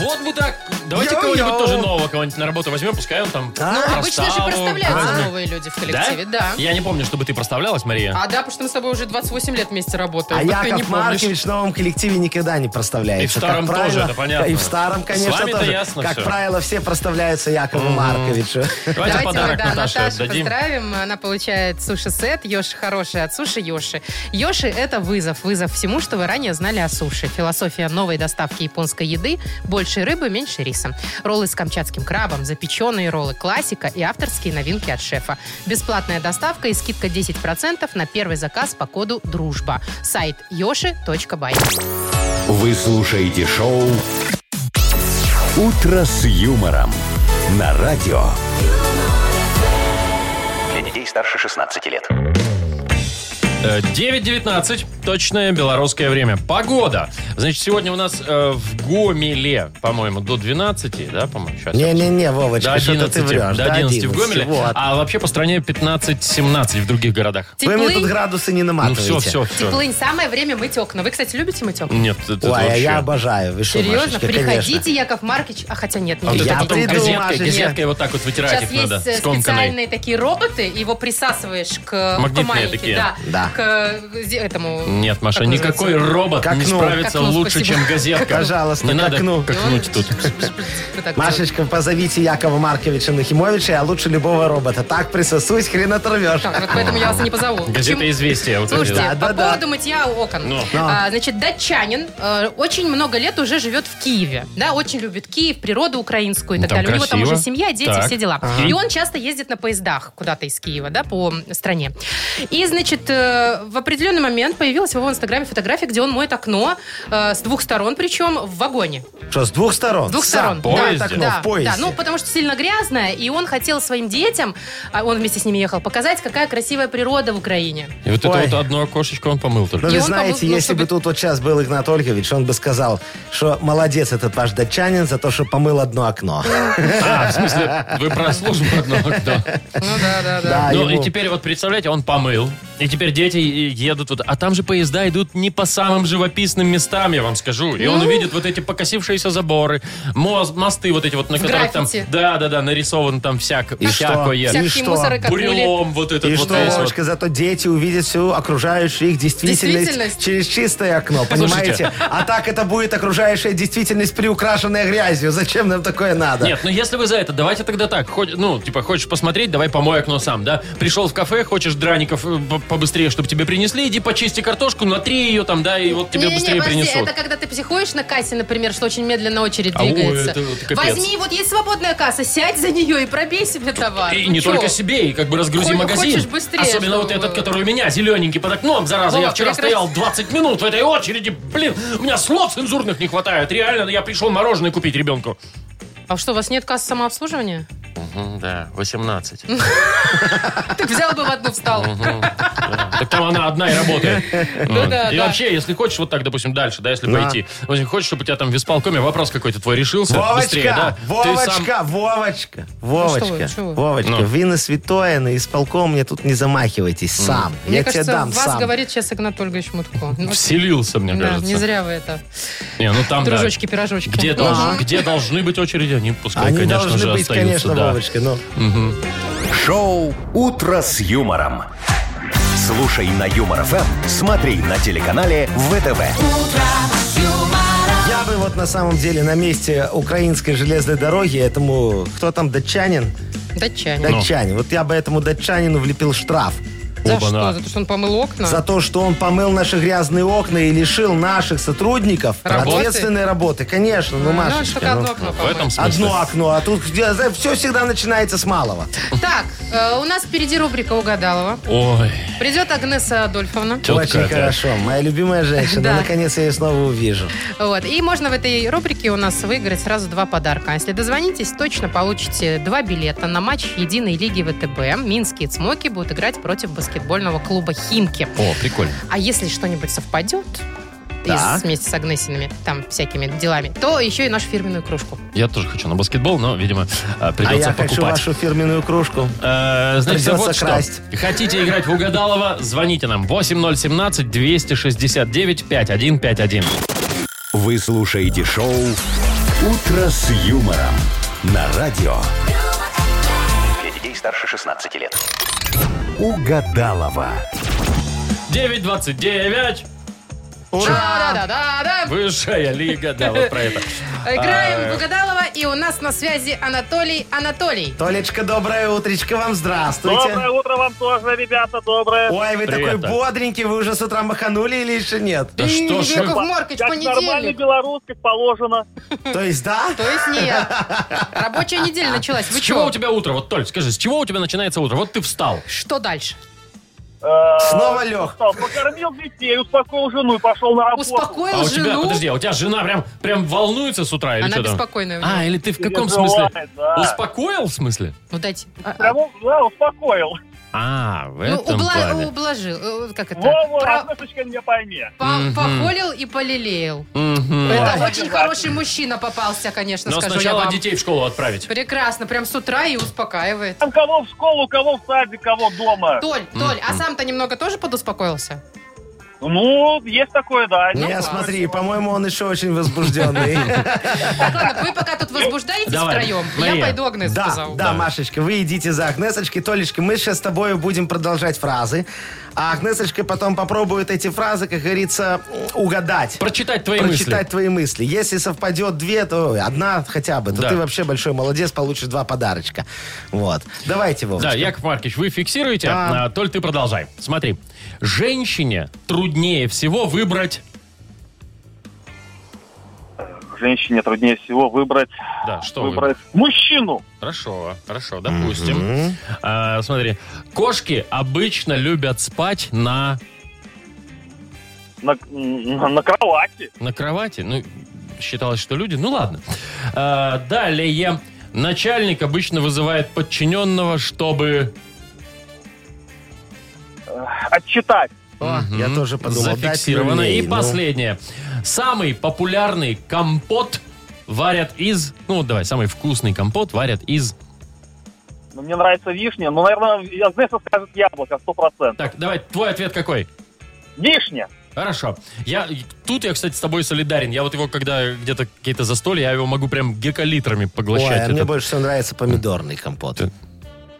Speaker 2: Вот бы так. Давайте
Speaker 4: Йо-йо.
Speaker 2: кого-нибудь тоже нового кого-нибудь на работу возьмем, пускай он там
Speaker 4: Да? Ну,
Speaker 3: А? Обычно же
Speaker 2: проставу.
Speaker 3: проставляются
Speaker 2: Да?
Speaker 3: новые люди в коллективе, да.
Speaker 2: Я не помню, чтобы ты проставлялась, Мария.
Speaker 3: А да, потому что мы с тобой уже 28 лет вместе работаем.
Speaker 4: А
Speaker 3: вот ты не
Speaker 4: Яков
Speaker 3: помнишь.
Speaker 4: Маркович в новом коллективе никогда не проставляется.
Speaker 2: И в старом
Speaker 4: Как правило-
Speaker 2: тоже, это понятно.
Speaker 4: И в старом,
Speaker 2: С
Speaker 4: конечно,
Speaker 2: вами-то
Speaker 4: тоже.
Speaker 2: ясно
Speaker 4: как
Speaker 2: всё.
Speaker 4: правило, все проставляются
Speaker 2: <laughs>
Speaker 4: Якову Марковичу.
Speaker 2: Давайте,
Speaker 3: Давайте
Speaker 2: подарок
Speaker 3: мы, да,
Speaker 2: Наташе
Speaker 3: Наташу
Speaker 2: отдадим.
Speaker 3: поздравим. Она получает суши-сет «Йоши хороший» от суши «Йоши». «Йоши» — это вызов. Вызов всему, что вы ранее знали о суши. Философия новой доставки японской еды – больше рыбы, меньше риса. Роллы с камчатским крабом, запеченные роллы классика и авторские новинки от шефа. Бесплатная доставка и скидка 10% на первый заказ по коду «Дружба». Сайт yoshi.by.
Speaker 1: Вы слушаете шоу «Утро с юмором» на радио.
Speaker 6: Для детей старше 16 лет.
Speaker 2: Э, 9.19, точное белорусское время. Погода. Значит, сегодня у нас э, в Гомеле, по-моему, до 12, да, по-моему, сейчас.
Speaker 4: Не-не-не, Вовочка,
Speaker 2: До
Speaker 4: что
Speaker 2: 11,
Speaker 4: ты врешь.
Speaker 2: до 11 в Гомеле,
Speaker 4: вот.
Speaker 2: а вообще по стране 15-17 в других городах.
Speaker 4: Вы мне тут
Speaker 3: Теплынь,
Speaker 4: градусы не
Speaker 2: Ну
Speaker 4: наматываете.
Speaker 2: все, все, все.
Speaker 3: теплынь. Самое время мыть окна. Вы, кстати, любите мыть окна?
Speaker 2: Нет, это, это
Speaker 4: Ой, а
Speaker 2: вообще...
Speaker 4: я обожаю. Вы что,
Speaker 3: Серьезно,
Speaker 4: Машечка,
Speaker 3: приходите,
Speaker 4: конечно.
Speaker 3: Яков Маркич. А хотя нет, не
Speaker 2: А вот это
Speaker 4: Я
Speaker 2: потом
Speaker 4: приду,
Speaker 2: газеткой,
Speaker 4: Машечка.
Speaker 2: газеткой вот так вот вытирать
Speaker 3: Сейчас
Speaker 2: их
Speaker 3: есть
Speaker 2: надо,
Speaker 3: э,
Speaker 2: скомканной.
Speaker 3: специальные такие роботы, его присасываешь к
Speaker 2: Магнитные
Speaker 3: к маленькой,
Speaker 2: такие.
Speaker 3: Да,
Speaker 4: Да.
Speaker 3: К э, зе- этому.
Speaker 2: Нет, Маша,
Speaker 3: как
Speaker 2: никакой
Speaker 3: называется?
Speaker 2: робот
Speaker 4: К
Speaker 2: не
Speaker 4: окну.
Speaker 2: справится
Speaker 3: К окну,
Speaker 2: лучше,
Speaker 3: спасибо.
Speaker 2: чем газетка.
Speaker 4: Пожалуйста,
Speaker 2: не
Speaker 4: к
Speaker 2: надо
Speaker 4: окну.
Speaker 3: Ну,
Speaker 2: кокнуть
Speaker 3: <laughs>
Speaker 2: тут.
Speaker 3: Вот так
Speaker 4: Машечка, позовите Якова Марковича Нахимовича, а лучше любого робота. Так присосусь, хрен оторвешь.
Speaker 3: вот. Так, вот поэтому я вас и не позову.
Speaker 2: Газета
Speaker 3: Почему?
Speaker 2: «Известия». вот это
Speaker 3: Слушайте,
Speaker 2: дело.
Speaker 4: Да,
Speaker 3: по
Speaker 4: да, да.
Speaker 3: поводу мытья окон.
Speaker 2: Ну.
Speaker 3: А, значит, датчанин э, очень много лет уже живет в Киеве. Да, очень любит Киев, природу украинскую и так
Speaker 2: Ну, Там
Speaker 3: далее. У него
Speaker 2: красиво.
Speaker 3: там уже семья, дети,
Speaker 2: Так.
Speaker 3: все дела.
Speaker 2: Ага.
Speaker 3: И он часто ездит на поездах куда-то из Киева, да, по стране. И, значит, э, в определенный момент появилась в его инстаграме фотография, где он моет окно э, с двух сторон, причем в вагоне.
Speaker 4: Что, с двух сторон?
Speaker 3: С двух
Speaker 4: Сам
Speaker 3: сторон.
Speaker 2: поезде?
Speaker 4: так, ну, в поезде.
Speaker 3: да. ну потому что сильно грязная, и он хотел своим детям, а он вместе с ними ехал, показать, какая красивая природа в Украине.
Speaker 2: И вот это
Speaker 4: Ой.
Speaker 2: вот одно окошечко он помыл
Speaker 4: Ну,
Speaker 2: только.
Speaker 3: И
Speaker 4: вы
Speaker 3: он
Speaker 4: знаете,
Speaker 3: помыл, ну,
Speaker 4: если
Speaker 3: чтобы-
Speaker 4: бы тут вот сейчас был Игнат Ольгович, он бы сказал, что молодец этот ваш датчанин за то, что помыл одно окно.
Speaker 2: А, в смысле, вы про службу одно окно.
Speaker 3: Ну да, да,
Speaker 4: Да,
Speaker 2: Ну, и
Speaker 4: А ему-
Speaker 2: теперь вот представляете, он помыл. И теперь дети э, едут вот... А там же поезда идут не по самым живописным местам, я вам скажу. И он
Speaker 3: Ну?
Speaker 2: увидит вот эти покосившиеся заборы, моз- мосты вот эти вот, на
Speaker 3: В
Speaker 2: которых там...
Speaker 3: граффити.
Speaker 2: Да-да-да, нарисован там всяк,
Speaker 4: И
Speaker 2: всякое.
Speaker 4: что?
Speaker 3: Всякие
Speaker 4: И что?
Speaker 3: мусоры, как
Speaker 2: Бурелом вот этот
Speaker 4: И
Speaker 2: вот
Speaker 4: что,
Speaker 2: весь вот.
Speaker 4: Вовочка, зато дети увидят всю окружающую их действительность,
Speaker 3: Действительность.
Speaker 4: через чистое окно, понимаете?
Speaker 2: Слушайте.
Speaker 4: А так это будет окружающая действительность, приукрашенная грязью. Зачем нам такое надо?
Speaker 2: Нет, ну если вы за это, давайте тогда так. Хоть, ну, типа, хочешь посмотреть, давай помой окно сам, да? Пришел в кафе, хочешь драников э, по- побыстрее, чтобы тебе принесли, иди почисти картошку, натри ее там, да, и вот тебе быстрее
Speaker 3: подожди,
Speaker 2: принесут.
Speaker 3: это когда ты психуешь на кассе, например, что очень медленно очередь
Speaker 2: Ау,
Speaker 3: двигается.
Speaker 2: это вот капец.
Speaker 3: Возьми, вот есть свободная касса, сядь за нее и пробей себе товар.
Speaker 2: И
Speaker 3: Ну
Speaker 2: не
Speaker 3: чё?
Speaker 2: только себе, и как бы разгрузи
Speaker 3: Хоть-
Speaker 2: магазин.
Speaker 3: хочешь быстрее,
Speaker 2: Особенно
Speaker 3: чтобы
Speaker 2: вот этот,
Speaker 3: было.
Speaker 2: который у меня, зелененький под окном, зараза. я
Speaker 3: Вова,
Speaker 2: вчера
Speaker 3: прекрати.
Speaker 2: стоял 20 минут в этой очереди. Блин, у меня слов цензурных не хватает. Реально, я пришел мороженое купить ребенку.
Speaker 3: А что, у вас нет кассы самообслуживания?
Speaker 2: Да,
Speaker 3: <laughs>
Speaker 2: 18.
Speaker 3: Так взял бы в одну, встал.
Speaker 2: Так там она одна и
Speaker 3: <laughs>
Speaker 2: работает. Вот.
Speaker 3: Ну да,
Speaker 2: И
Speaker 3: да.
Speaker 2: вообще, если хочешь, вот так, допустим, дальше, да, если
Speaker 4: Да.
Speaker 2: пойти. Если хочешь, чтобы у тебя там в исполкоме вопрос какой-то твой решился,
Speaker 4: Вовочка,
Speaker 2: быстрее, да? Ты
Speaker 4: Вовочка,
Speaker 2: сам-
Speaker 4: Вовочка,
Speaker 3: Ну что вы,
Speaker 4: Вовочка,
Speaker 3: что вы?
Speaker 4: Вовочка,
Speaker 2: Ну.
Speaker 4: вы на святое, на исполком мне тут не замахивайтесь, сам.
Speaker 3: Мне
Speaker 4: Я
Speaker 3: кажется,
Speaker 4: тебе дам
Speaker 3: вас
Speaker 4: сам.
Speaker 3: говорит сейчас Игнат Ольгович Мутко. Ну,
Speaker 2: Вселился, мне
Speaker 3: да,
Speaker 2: кажется.
Speaker 3: не зря вы это.
Speaker 2: Не, ну там, да.
Speaker 3: Дружочки, пирожочки. Ну,
Speaker 2: Где, долж-
Speaker 3: Ага.
Speaker 2: где должны быть очереди, они пускай,
Speaker 4: Они
Speaker 2: конечно
Speaker 4: должны
Speaker 2: же,
Speaker 4: быть,
Speaker 2: остаются.
Speaker 4: конечно,
Speaker 2: да.
Speaker 4: Вовочка, но...
Speaker 1: Шоу «Утро с юмором». Слушай на Юмор ФМ, смотри на телеканале ВТВ.
Speaker 4: Я бы вот на самом деле на месте украинской железной дороги этому, кто там, датчанин?
Speaker 3: Датчане.
Speaker 2: Ну.
Speaker 4: Датчанин. Вот я бы этому датчанину влепил штраф.
Speaker 3: За
Speaker 2: Оба-на.
Speaker 3: что? За то, что он помыл
Speaker 2: Ну.
Speaker 3: окна?
Speaker 4: За то, что он помыл наши грязные окна и лишил наших сотрудников
Speaker 3: Работы?
Speaker 4: ответственной работы. Конечно, ну,
Speaker 3: Ну, он
Speaker 4: Машечка,
Speaker 3: только
Speaker 4: ну.
Speaker 3: одно окно
Speaker 2: В
Speaker 3: помыл.
Speaker 2: этом смысле.
Speaker 4: Одно окно, а тут все всегда начинается с малого.
Speaker 3: Так, э, у нас впереди рубрика «Угадалова».
Speaker 2: Ой,
Speaker 3: Придет Агнеса Адольфовна.
Speaker 2: Тетка
Speaker 4: Очень
Speaker 2: опять.
Speaker 4: хорошо. Моя любимая женщина. Ну,
Speaker 3: Да.
Speaker 4: Наконец я ее снова увижу.
Speaker 3: Вот. И можно в этой рубрике у нас выиграть сразу два подарка. А Если дозвонитесь, точно получите два билета на матч Единой лиги ВТБ. Минские цмоки будут играть против баскетбольного клуба «Химки».
Speaker 2: о, прикольно.
Speaker 3: А если что-нибудь совпадет и
Speaker 4: Так.
Speaker 3: с- вместе с Агнесиными там всякими делами, то еще и нашу фирменную кружку.
Speaker 2: Я тоже хочу на баскетбол, но, видимо, э,
Speaker 4: а
Speaker 2: придется
Speaker 4: я
Speaker 2: покупать.
Speaker 4: хочу вашу фирменную кружку.
Speaker 2: Э, Значит,
Speaker 4: Придется
Speaker 2: вот что.
Speaker 4: красть.
Speaker 2: Хотите играть в Угадалова? Звоните нам 8017-269-5151.
Speaker 1: Вы слушаете шоу «Утро с юмором» на радио
Speaker 6: Для детей старше 16 лет.
Speaker 1: Угадалова.
Speaker 2: 929.
Speaker 3: Да-да-да-да-да.
Speaker 2: Высшая лига, да, вот про
Speaker 3: <laughs>
Speaker 2: это.
Speaker 3: Играем в Угадалова, и у нас на связи Анатолий Анатолий.
Speaker 4: Толечка, доброе утречко вам. Здравствуйте.
Speaker 5: Доброе утро вам тоже, ребята, доброе.
Speaker 4: Ой, вы
Speaker 2: Привет,
Speaker 4: такой
Speaker 2: так.
Speaker 4: бодренький. Вы уже с утра маханули или еще нет?
Speaker 2: Да что ж
Speaker 3: Яков
Speaker 2: вы...
Speaker 3: Маркович,
Speaker 5: Как нормальный
Speaker 3: понедельник.
Speaker 5: белорус, как положено.
Speaker 4: То есть да?
Speaker 3: То есть нет. Рабочая неделя началась. Вы
Speaker 2: С чего
Speaker 3: чего?
Speaker 2: у тебя утро? Вот, Толь, скажи, с чего у тебя начинается утро? Вот ты встал.
Speaker 3: Что дальше?
Speaker 5: Э,
Speaker 4: Снова Лех.
Speaker 5: что, Покормил детей, успокоил жену и пошел на работу.
Speaker 2: А
Speaker 3: Успокоил
Speaker 2: у тебя,
Speaker 3: жену?
Speaker 2: подожди, а у тебя жена прям, прям волнуется с утра или
Speaker 3: Она
Speaker 2: что там?
Speaker 3: беспокойная у него.
Speaker 2: А, или ты в каком смысле?
Speaker 5: Переживает, да.
Speaker 2: Успокоил в смысле?
Speaker 3: Ну дайте. а, а,
Speaker 5: Прямо, да, успокоил.
Speaker 2: А, в
Speaker 3: Ну,
Speaker 2: этом
Speaker 3: убла-
Speaker 2: плане.
Speaker 3: ублажил. э, Как это?
Speaker 5: Вову,
Speaker 3: Про-
Speaker 5: Разносочка, не пойми.
Speaker 3: по-
Speaker 2: Мгм.
Speaker 3: Похвалил и полелеял.
Speaker 2: Мгм.
Speaker 3: Это очень хороший мужчина попался, конечно,
Speaker 2: Но
Speaker 3: скажу я
Speaker 2: Ну, а сначала
Speaker 3: вам.
Speaker 2: детей в школу отправить.
Speaker 3: Прекрасно, прям с утра и успокаивает.
Speaker 5: Там кого в школу, кого в садик, кого дома.
Speaker 3: Толь, Толь, а сам-то немного тоже подуспокоился?
Speaker 5: Ну, есть такое, да.
Speaker 2: Ну
Speaker 4: Не,
Speaker 3: класс.
Speaker 4: смотри, по-моему, он еще очень
Speaker 2: <laughs>
Speaker 4: возбужденный.
Speaker 3: Так, ладно, вы пока тут возбуждаетесь
Speaker 2: Давай,
Speaker 3: втроем. Я
Speaker 2: Мария.
Speaker 3: пойду Агнесу
Speaker 4: Да,
Speaker 3: позову.
Speaker 4: да, Машечка, вы идите за Агнесочкой. Толечка, мы сейчас с тобой будем продолжать фразы. А Агнесочка потом попробует эти фразы, как говорится, угадать.
Speaker 2: Прочитать твои
Speaker 4: прочитать
Speaker 2: мысли.
Speaker 4: твои мысли. Если совпадет две, то одна хотя бы, то
Speaker 2: Да.
Speaker 4: ты вообще большой молодец, получишь два подарочка. Вот. Давайте, Вовочка.
Speaker 2: Да, Яков Маркович, вы фиксируете,
Speaker 4: Да.
Speaker 2: а, Толь, ты продолжай. Смотри, женщине труднее всего выбрать...
Speaker 5: Женщине труднее всего выбрать,
Speaker 2: Да, что выбрать?
Speaker 5: выбрать мужчину.
Speaker 2: Хорошо, хорошо, допустим. А, смотри, кошки обычно любят спать на,
Speaker 5: На, на, на кровати.
Speaker 2: на кровати. Ну, считалось, что люди... Ну, ладно. А, далее. Начальник обычно вызывает подчиненного, чтобы...
Speaker 5: э, Отчитать.
Speaker 4: О, я
Speaker 2: Мгм.
Speaker 4: тоже подумал. дать
Speaker 2: Зафиксировано.
Speaker 4: люлей,
Speaker 2: И
Speaker 4: ну.
Speaker 2: последнее. Самый популярный компот варят из... Ну, вот давай, самый вкусный компот варят из...
Speaker 5: Ну, мне нравится вишня. Ну, наверное, я знаю, что скажет яблоко, сто процентов.
Speaker 2: Так, давай, твой ответ какой?
Speaker 5: Вишня.
Speaker 2: Хорошо. Я, тут я, кстати, с тобой солидарен. Я вот его, когда где-то какие-то застолья, я его могу прям гекалитрами
Speaker 4: Ой, а
Speaker 2: поглощать.
Speaker 4: мне
Speaker 2: Этот-
Speaker 4: больше всего нравится помидорный компот.
Speaker 2: Ты-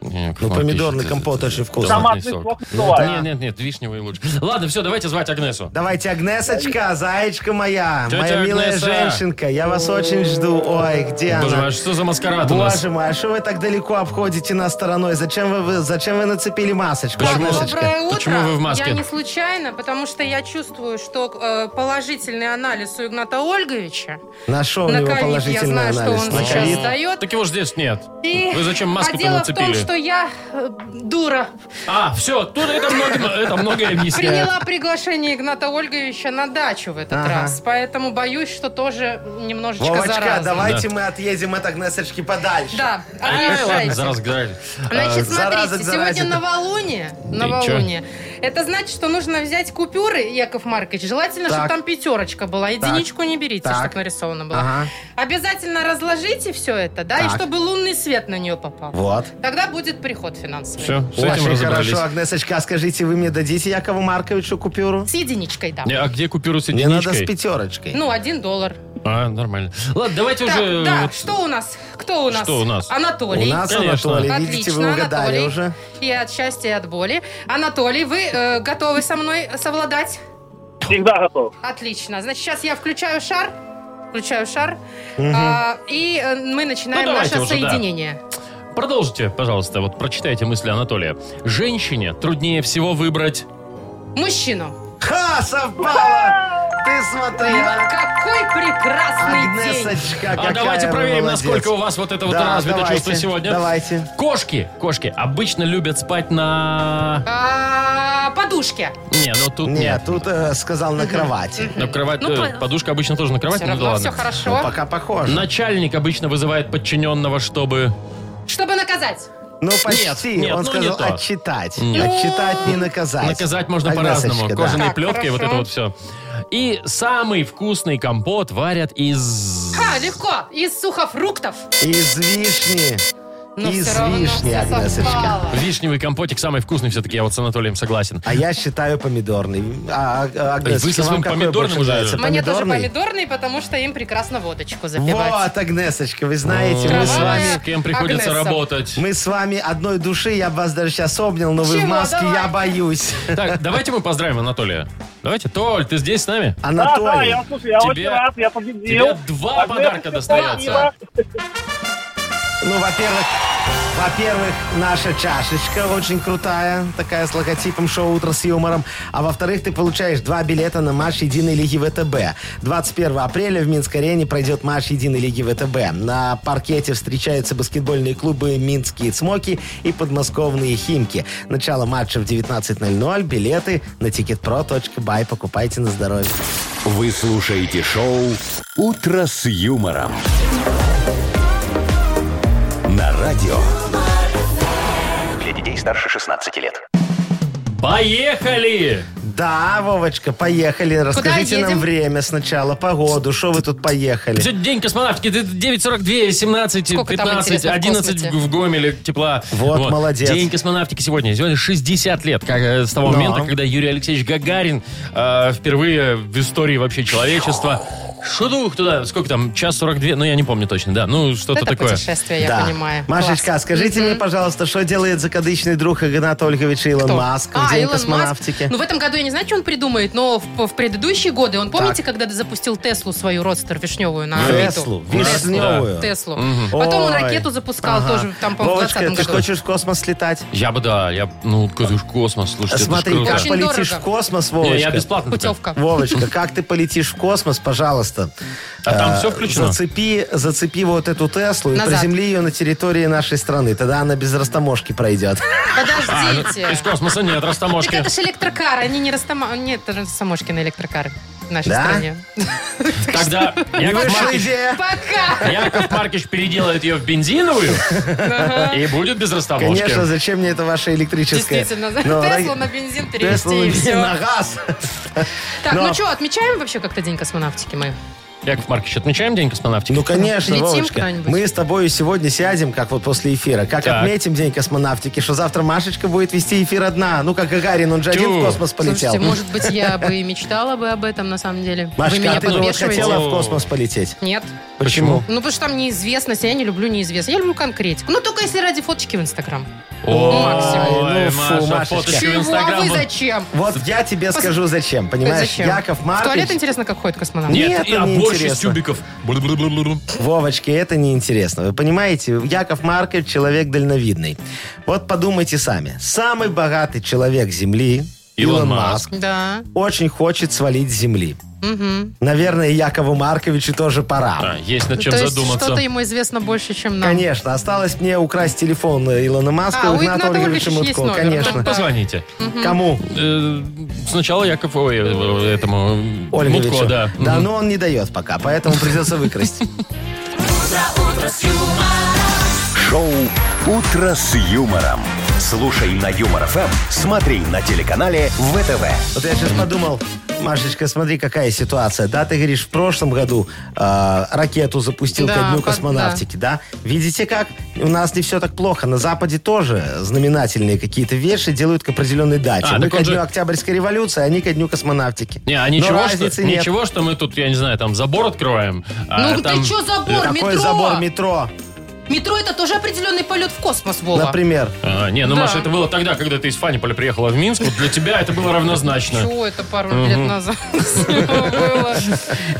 Speaker 2: Не,
Speaker 4: Ну,
Speaker 2: Маркович,
Speaker 4: помидорный
Speaker 2: это-
Speaker 4: компот
Speaker 2: это-
Speaker 4: очень вкусный.
Speaker 5: Томатный сок
Speaker 2: Ну,
Speaker 5: бывает.
Speaker 2: Нет, нет, нет, вишневый лучше. Ладно, все, давайте звать Агнесу.
Speaker 4: Давайте, Агнесочка, заячка моя,
Speaker 2: Тетя
Speaker 4: моя милая
Speaker 2: Агнеса.
Speaker 4: женщинка, я вас очень жду. Ой, где
Speaker 2: Боже мой, а
Speaker 4: она?
Speaker 2: что за маскарад у нас?
Speaker 4: Боже мой, а что вы так далеко обходите нас стороной? Зачем вы- вы, зачем вы нацепили масочку?
Speaker 3: Так,
Speaker 2: Почему?
Speaker 4: Агнесочка?
Speaker 3: доброе утро.
Speaker 2: Почему вы в маске?
Speaker 3: Я не случайно, потому что я чувствую, что э, положительный анализ у Игната Ольговича
Speaker 4: Нашел
Speaker 3: на
Speaker 4: его
Speaker 3: ковид, я
Speaker 4: положительный
Speaker 3: знаю, что
Speaker 4: анализ.
Speaker 3: он
Speaker 4: на
Speaker 3: сейчас
Speaker 4: ковид.
Speaker 3: сдает.
Speaker 2: Так его же здесь нет.
Speaker 3: И-
Speaker 2: Вы зачем маску-то
Speaker 3: а дело в том,
Speaker 2: нацепили?
Speaker 3: что я э, дура
Speaker 2: А, все, тут это много- это многое объясняет.
Speaker 3: приняла приглашение Игната Ольговича на дачу в этот
Speaker 4: Ага.
Speaker 3: раз, поэтому боюсь, что тоже немножечко
Speaker 4: Вовочка,
Speaker 3: заразно.
Speaker 4: давайте мы отъедем от Агнесочки подальше.
Speaker 3: Да,
Speaker 2: Ай, ладно,
Speaker 3: отъезжайте.
Speaker 2: зараз грали.
Speaker 3: Значит,
Speaker 4: Э, зараза
Speaker 3: смотрите,
Speaker 4: к заразе.
Speaker 3: сегодня новолуние. Новолуние. Это значит, что нужно взять купюры, Яков Маркович. Желательно,
Speaker 4: Так.
Speaker 3: чтобы там пятерочка была. Единичку не берите,
Speaker 4: Так.
Speaker 3: чтобы нарисована была.
Speaker 4: Ага.
Speaker 3: Обязательно разложите все это, да, и
Speaker 4: Так.
Speaker 3: чтобы лунный свет на нее попал.
Speaker 4: Вот.
Speaker 3: Тогда будет приход финансовый.
Speaker 2: Все, А, с этим
Speaker 4: Очень
Speaker 2: разобрались.
Speaker 4: хорошо, Агнесочка, а скажите, вы мне дадите Якову Марковичу купюру?
Speaker 3: С единичкой, да.
Speaker 2: Не, а где купюру с
Speaker 4: Мне надо с
Speaker 2: единичкой?
Speaker 4: пятерочкой.
Speaker 3: Ну, один доллар.
Speaker 2: А, нормально. Ладно, давайте
Speaker 3: Так,
Speaker 2: уже... э,
Speaker 3: да,
Speaker 2: вот-
Speaker 3: что у нас? Кто у нас?
Speaker 2: Что у нас?
Speaker 4: У
Speaker 3: Анатолий.
Speaker 4: нас
Speaker 2: Конечно.
Speaker 4: Анатолий, видите, вы
Speaker 3: Отлично,
Speaker 4: угадали
Speaker 3: Анатолий.
Speaker 4: уже.
Speaker 3: И от счастья, и от боли. Анатолий, вы э, готовы со мной совладать?
Speaker 5: Всегда готов.
Speaker 3: Отлично. Значит, сейчас я включаю шар. Включаю шар. А, и э, мы начинаем
Speaker 2: Ну, давайте
Speaker 3: наше
Speaker 2: уже, да.
Speaker 3: соединение.
Speaker 2: Продолжите, пожалуйста, вот прочитайте мысли Анатолия. Женщине труднее всего выбрать...
Speaker 3: Мужчину.
Speaker 4: Ха, совпало! Ты смотри, а.
Speaker 3: Какой прекрасный день.
Speaker 4: Агнесочка,
Speaker 2: а
Speaker 4: какая
Speaker 2: давайте
Speaker 4: вы
Speaker 2: проверим,
Speaker 4: молодец.
Speaker 2: насколько у вас вот это вот
Speaker 4: Да,
Speaker 2: развито
Speaker 4: давайте,
Speaker 2: чувство сегодня.
Speaker 4: Давайте.
Speaker 2: Кошки, кошки обычно любят спать на...
Speaker 3: А, Подушки.
Speaker 2: Не, ну тут
Speaker 4: Нет,
Speaker 2: нет.
Speaker 4: тут э, сказал на кровати.
Speaker 2: На кровать,
Speaker 3: Ну,
Speaker 2: э,
Speaker 3: по-
Speaker 2: подушка обычно тоже на кровать,
Speaker 3: Все
Speaker 2: ну да
Speaker 3: равно
Speaker 2: ладно.
Speaker 3: все хорошо.
Speaker 4: Пока похоже.
Speaker 2: Начальник обычно вызывает подчиненного, чтобы...
Speaker 3: Чтобы наказать.
Speaker 4: Ну, почти.
Speaker 2: Нет, нет,
Speaker 4: Он
Speaker 2: ну, не
Speaker 4: сказал
Speaker 2: то.
Speaker 4: отчитать.
Speaker 2: Нет.
Speaker 4: Отчитать не наказать.
Speaker 2: Наказать можно
Speaker 4: Агнесочка,
Speaker 2: по-разному.
Speaker 4: да.
Speaker 2: Кожаной
Speaker 3: Так,
Speaker 2: плеткой, вот это
Speaker 3: хорошо.
Speaker 2: вот все. И самый вкусный компот варят из...
Speaker 3: Ха, А, легко. Из сухофруктов.
Speaker 4: Из вишни.
Speaker 3: Но
Speaker 4: Из
Speaker 3: все равно
Speaker 4: вишни,
Speaker 3: Ну, всё
Speaker 4: Агнесочка.
Speaker 3: совпало.
Speaker 2: Вишневый компотик самый вкусный все-таки, я вот с Анатолием согласен.
Speaker 4: А я считаю помидорный. А, а, Агнесочка,
Speaker 2: Вы со своим
Speaker 4: вам какой
Speaker 2: помидорным
Speaker 4: больше
Speaker 2: уже?
Speaker 4: нравится?
Speaker 3: Мне тоже
Speaker 4: Помидорный?
Speaker 3: помидорный, потому что им прекрасно водочку запивать.
Speaker 4: Вот, Агнесочка, вы знаете, мы
Speaker 3: Кровавая
Speaker 4: с
Speaker 2: С
Speaker 4: вами...
Speaker 2: кем приходится
Speaker 3: Агнеса.
Speaker 2: работать?
Speaker 4: Мы с вами одной души, я бы вас даже сейчас обнял, но вы в
Speaker 3: Чего?
Speaker 4: маске, я
Speaker 3: Давайте.
Speaker 8: <laughs>
Speaker 4: боюсь.
Speaker 2: Так, давайте мы поздравим Анатолия. Давайте, Толь, ты здесь с нами?
Speaker 8: Да, да,
Speaker 4: Анатолий,
Speaker 8: я, слушай, я
Speaker 2: Тебе-
Speaker 8: очень рад, я победил.
Speaker 2: тебе два
Speaker 8: Агнесочка,
Speaker 2: подарка достается.
Speaker 8: спасибо.
Speaker 4: ну, во-первых, во-первых, наша чашечка очень крутая, такая с логотипом шоу «Утро с юмором». А во-вторых, ты получаешь два билета на матч Единой Лиги ВТБ. 21 апреля в Минской арене пройдет матч Единой Лиги ВТБ. На паркете встречаются баскетбольные клубы «Минские Цмоки» и подмосковные «Химки». Начало матча в 19.00. Билеты на ticketpro.by. Покупайте на здоровье.
Speaker 1: Вы слушаете шоу «Утро с юмором». На радио.
Speaker 6: Для детей старше 16 лет.
Speaker 2: Поехали!
Speaker 4: Да, Вовочка, поехали. Расскажите нам
Speaker 3: едем?
Speaker 4: время сначала, погоду, что вы тут поехали.
Speaker 2: Сегодня день космонавтики, Д- 9.42, 17,
Speaker 3: Сколько там,
Speaker 2: 15,
Speaker 3: интересно, в
Speaker 2: 11
Speaker 3: космосе?
Speaker 2: в Гомеле тепла.
Speaker 4: Вот, молодец.
Speaker 2: День космонавтики сегодня. Сегодня 60 лет, как, э, с того
Speaker 4: Да.
Speaker 2: момента, когда Юрий Алексеевич Гагарин э, впервые в истории вообще человечества шудух туда, сколько там, час 42, ну я не помню точно, да, ну что-то
Speaker 3: Это
Speaker 2: такое.
Speaker 3: путешествие, я
Speaker 4: Да.
Speaker 3: понимаю.
Speaker 4: Машечка,
Speaker 3: Класс.
Speaker 4: скажите мне, пожалуйста, что делает закадычный друг Игната Ольговича Илон
Speaker 3: Кто?
Speaker 4: Маск в
Speaker 3: А,
Speaker 4: день
Speaker 3: Илон Маск.
Speaker 4: космонавтики?
Speaker 3: Ну, в этом году я не знаю, что он придумает, но в, в предыдущие годы, он, помните,
Speaker 4: Так.
Speaker 3: когда запустил Теслу свою, родстер вишневую, на орбиту?
Speaker 4: Теслу, вишневую.
Speaker 3: Теслу. Потом он
Speaker 4: Ой.
Speaker 3: ракету запускал
Speaker 4: Ага.
Speaker 3: тоже, там, по-моему, в
Speaker 4: Вовочка,
Speaker 3: 20
Speaker 4: ты
Speaker 3: году.
Speaker 4: ж хочешь в космос летать?
Speaker 2: Я бы, да, я, ну, кос- космос, слушайте, это ж
Speaker 4: Смотри,
Speaker 2: круто.
Speaker 4: как
Speaker 3: Очень
Speaker 4: полетишь
Speaker 3: дорого.
Speaker 4: в космос,
Speaker 2: Не, я
Speaker 4: Вовочка.
Speaker 2: бесплатно. только.
Speaker 3: Путевка.
Speaker 4: Вовочка, как ты полетишь в космос, пожалуйста.
Speaker 2: А там все
Speaker 4: э,
Speaker 2: включено?
Speaker 4: Зацепи, зацепи вот эту Теслу и
Speaker 3: Назад.
Speaker 4: приземли ее на территории нашей страны. Тогда она без растаможки пройдет.
Speaker 2: А, ну,
Speaker 3: Подождите.
Speaker 2: из космоса нет,
Speaker 3: так
Speaker 2: растаможки.
Speaker 3: это же электрокары, они не растома... Нет, это же самошки на электрокары в нашей
Speaker 4: Да?
Speaker 3: стране.
Speaker 2: Тогда Яков
Speaker 4: Вышла
Speaker 2: Маркович,
Speaker 4: идея.
Speaker 3: Пока!
Speaker 2: Яков Маркович переделает ее в бензиновую и будет без растаможки.
Speaker 4: Конечно, зачем мне это ваше электрическое?
Speaker 3: Действительно,
Speaker 4: Но
Speaker 3: Теслу
Speaker 4: ра-
Speaker 3: на бензин
Speaker 4: ну, Теслу
Speaker 3: перевести и
Speaker 4: на- на
Speaker 3: все.
Speaker 4: газ.
Speaker 3: Так,
Speaker 4: Но-
Speaker 3: ну что, отмечаем вообще как-то День космонавтики мы?
Speaker 2: Яков Маркович, отмечаем День космонавтики?
Speaker 4: Ну, конечно,
Speaker 3: Летим
Speaker 4: Вовочка.
Speaker 3: куда-нибудь?
Speaker 4: Мы с тобой сегодня сядем, как вот после эфира. Как
Speaker 2: Так.
Speaker 4: отметим День космонавтики, что завтра Машечка будет вести эфир одна. Ну, как Гагарин, он же один
Speaker 2: Тю.
Speaker 4: в космос полетел.
Speaker 3: Слушайте, может быть, я бы и мечтала бы об этом, на самом деле. Вы
Speaker 4: Машечка,
Speaker 3: меня
Speaker 4: а ты бы вот
Speaker 3: подвешиваете?
Speaker 4: хотела в космос полететь?
Speaker 3: Нет.
Speaker 2: Почему?
Speaker 3: Ну, потому что там неизвестность, а я не люблю неизвестность. Я люблю конкретику. Ну, только если ради фоточки в Инстаграм.
Speaker 2: Ой,
Speaker 4: Максимум. Ну, фу,
Speaker 2: Маша,
Speaker 4: Машечка.
Speaker 2: фоточки в
Speaker 3: Чего? А вы
Speaker 2: Инстаграм.
Speaker 3: зачем?
Speaker 4: Вот я тебе скажу, зачем. Понимаешь,
Speaker 3: Зачем?
Speaker 4: Яков
Speaker 3: В туалет
Speaker 4: Маркович...
Speaker 3: интересно, как ходит космонавт.
Speaker 2: Нет,
Speaker 4: Нет,
Speaker 2: и а
Speaker 4: мне
Speaker 2: борщ из
Speaker 4: интересно.
Speaker 2: тюбиков. Блу-блу-блу-блу-блу.
Speaker 4: Вовочке это неинтересно. Вы понимаете, Яков Маркович человек дальновидный. Вот подумайте сами. Самый богатый человек Земли,
Speaker 2: Илон
Speaker 4: Илон,
Speaker 2: Маск.
Speaker 4: Маск,
Speaker 3: Да.
Speaker 4: очень хочет свалить с Земли.
Speaker 3: Мгм. Ну,
Speaker 4: Наверное, Якову Марковичу тоже пора.
Speaker 2: Да, А, Есть над чем
Speaker 3: То есть
Speaker 2: задуматься.
Speaker 3: что-то ему известно больше, чем нам.
Speaker 4: Конечно, осталось мне украсть телефон Илона Маска
Speaker 3: Ну. А,
Speaker 4: у
Speaker 3: у
Speaker 4: Игната
Speaker 3: Игната
Speaker 4: Ольговича
Speaker 3: Ольговича есть
Speaker 4: Мутко.
Speaker 3: номер.
Speaker 4: Конечно.
Speaker 2: Так Позвоните.
Speaker 4: Кому?
Speaker 2: Э, Сначала Яков, ой, э, этому,
Speaker 4: Ольговичу.
Speaker 2: Мутко, да.
Speaker 4: Да, ну, но он не дает пока, поэтому придется выкрасть.
Speaker 1: Шоу «Утро с юмором». Слушай на Юмор ФМ, смотри на телеканале ВТВ.
Speaker 4: Вот я сейчас подумал, Машечка, смотри, какая ситуация. Да, ты говоришь, в прошлом году э, ракету запустил
Speaker 3: Да,
Speaker 4: ко дню
Speaker 3: под-
Speaker 4: космонавтики, да. Видите как? У нас не все так плохо. На Западе тоже знаменательные какие-то вещи делают к определенной дате.
Speaker 2: А,
Speaker 4: Мы
Speaker 2: так
Speaker 4: ко
Speaker 2: он
Speaker 4: дню
Speaker 2: же-
Speaker 4: Октябрьской революции, они ко дню космонавтики.
Speaker 2: Не, а
Speaker 4: Но
Speaker 2: ничего,
Speaker 4: ну, разницы
Speaker 2: что,
Speaker 4: нет.
Speaker 2: ничего, что мы тут, я не знаю, там забор открываем. а
Speaker 3: Ну, ты
Speaker 2: там-
Speaker 3: что, забор,
Speaker 4: Какой
Speaker 3: метро?
Speaker 4: забор метро?
Speaker 3: Метро это тоже определенный полет в космос, Вова.
Speaker 4: Например.
Speaker 2: А, не, ну,
Speaker 3: Да.
Speaker 2: Маша, это было тогда, когда ты из Фаниполя приехала в Минск. Вот для тебя это было равнозначно.
Speaker 3: Чего это пару лет назад <laughs> было?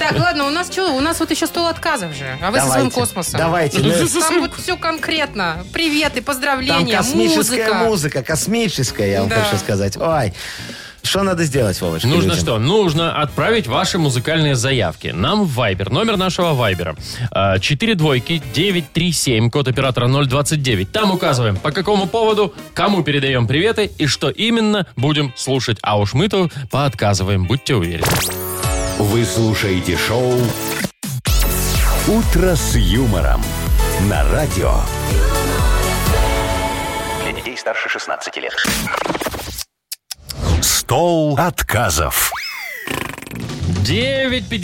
Speaker 3: Так, ладно, у нас что? У нас вот еще стол отказов же. А вы со своим
Speaker 4: Давайте.
Speaker 3: космосом.
Speaker 4: Давайте. ну,
Speaker 3: Там вот все конкретно. Привет и
Speaker 4: Там
Speaker 3: поздравления,
Speaker 4: космическая музыка.
Speaker 3: музыка.
Speaker 4: космическая, я вам
Speaker 3: Да.
Speaker 4: хочу сказать. Ой, что надо сделать, Вовочка?
Speaker 2: Нужно
Speaker 4: людям?
Speaker 2: что? Нужно отправить ваши музыкальные заявки. Нам в Вайбер. Номер нашего Вайбера. 4 двойки 937, код оператора 029. Там указываем, по какому поводу, кому передаем приветы и что именно будем слушать. А уж мы-то поотказываем, будьте уверены.
Speaker 1: Вы слушаете шоу «Утро с юмором» на радио.
Speaker 6: Для детей старше 16 лет.
Speaker 1: Стол отказов.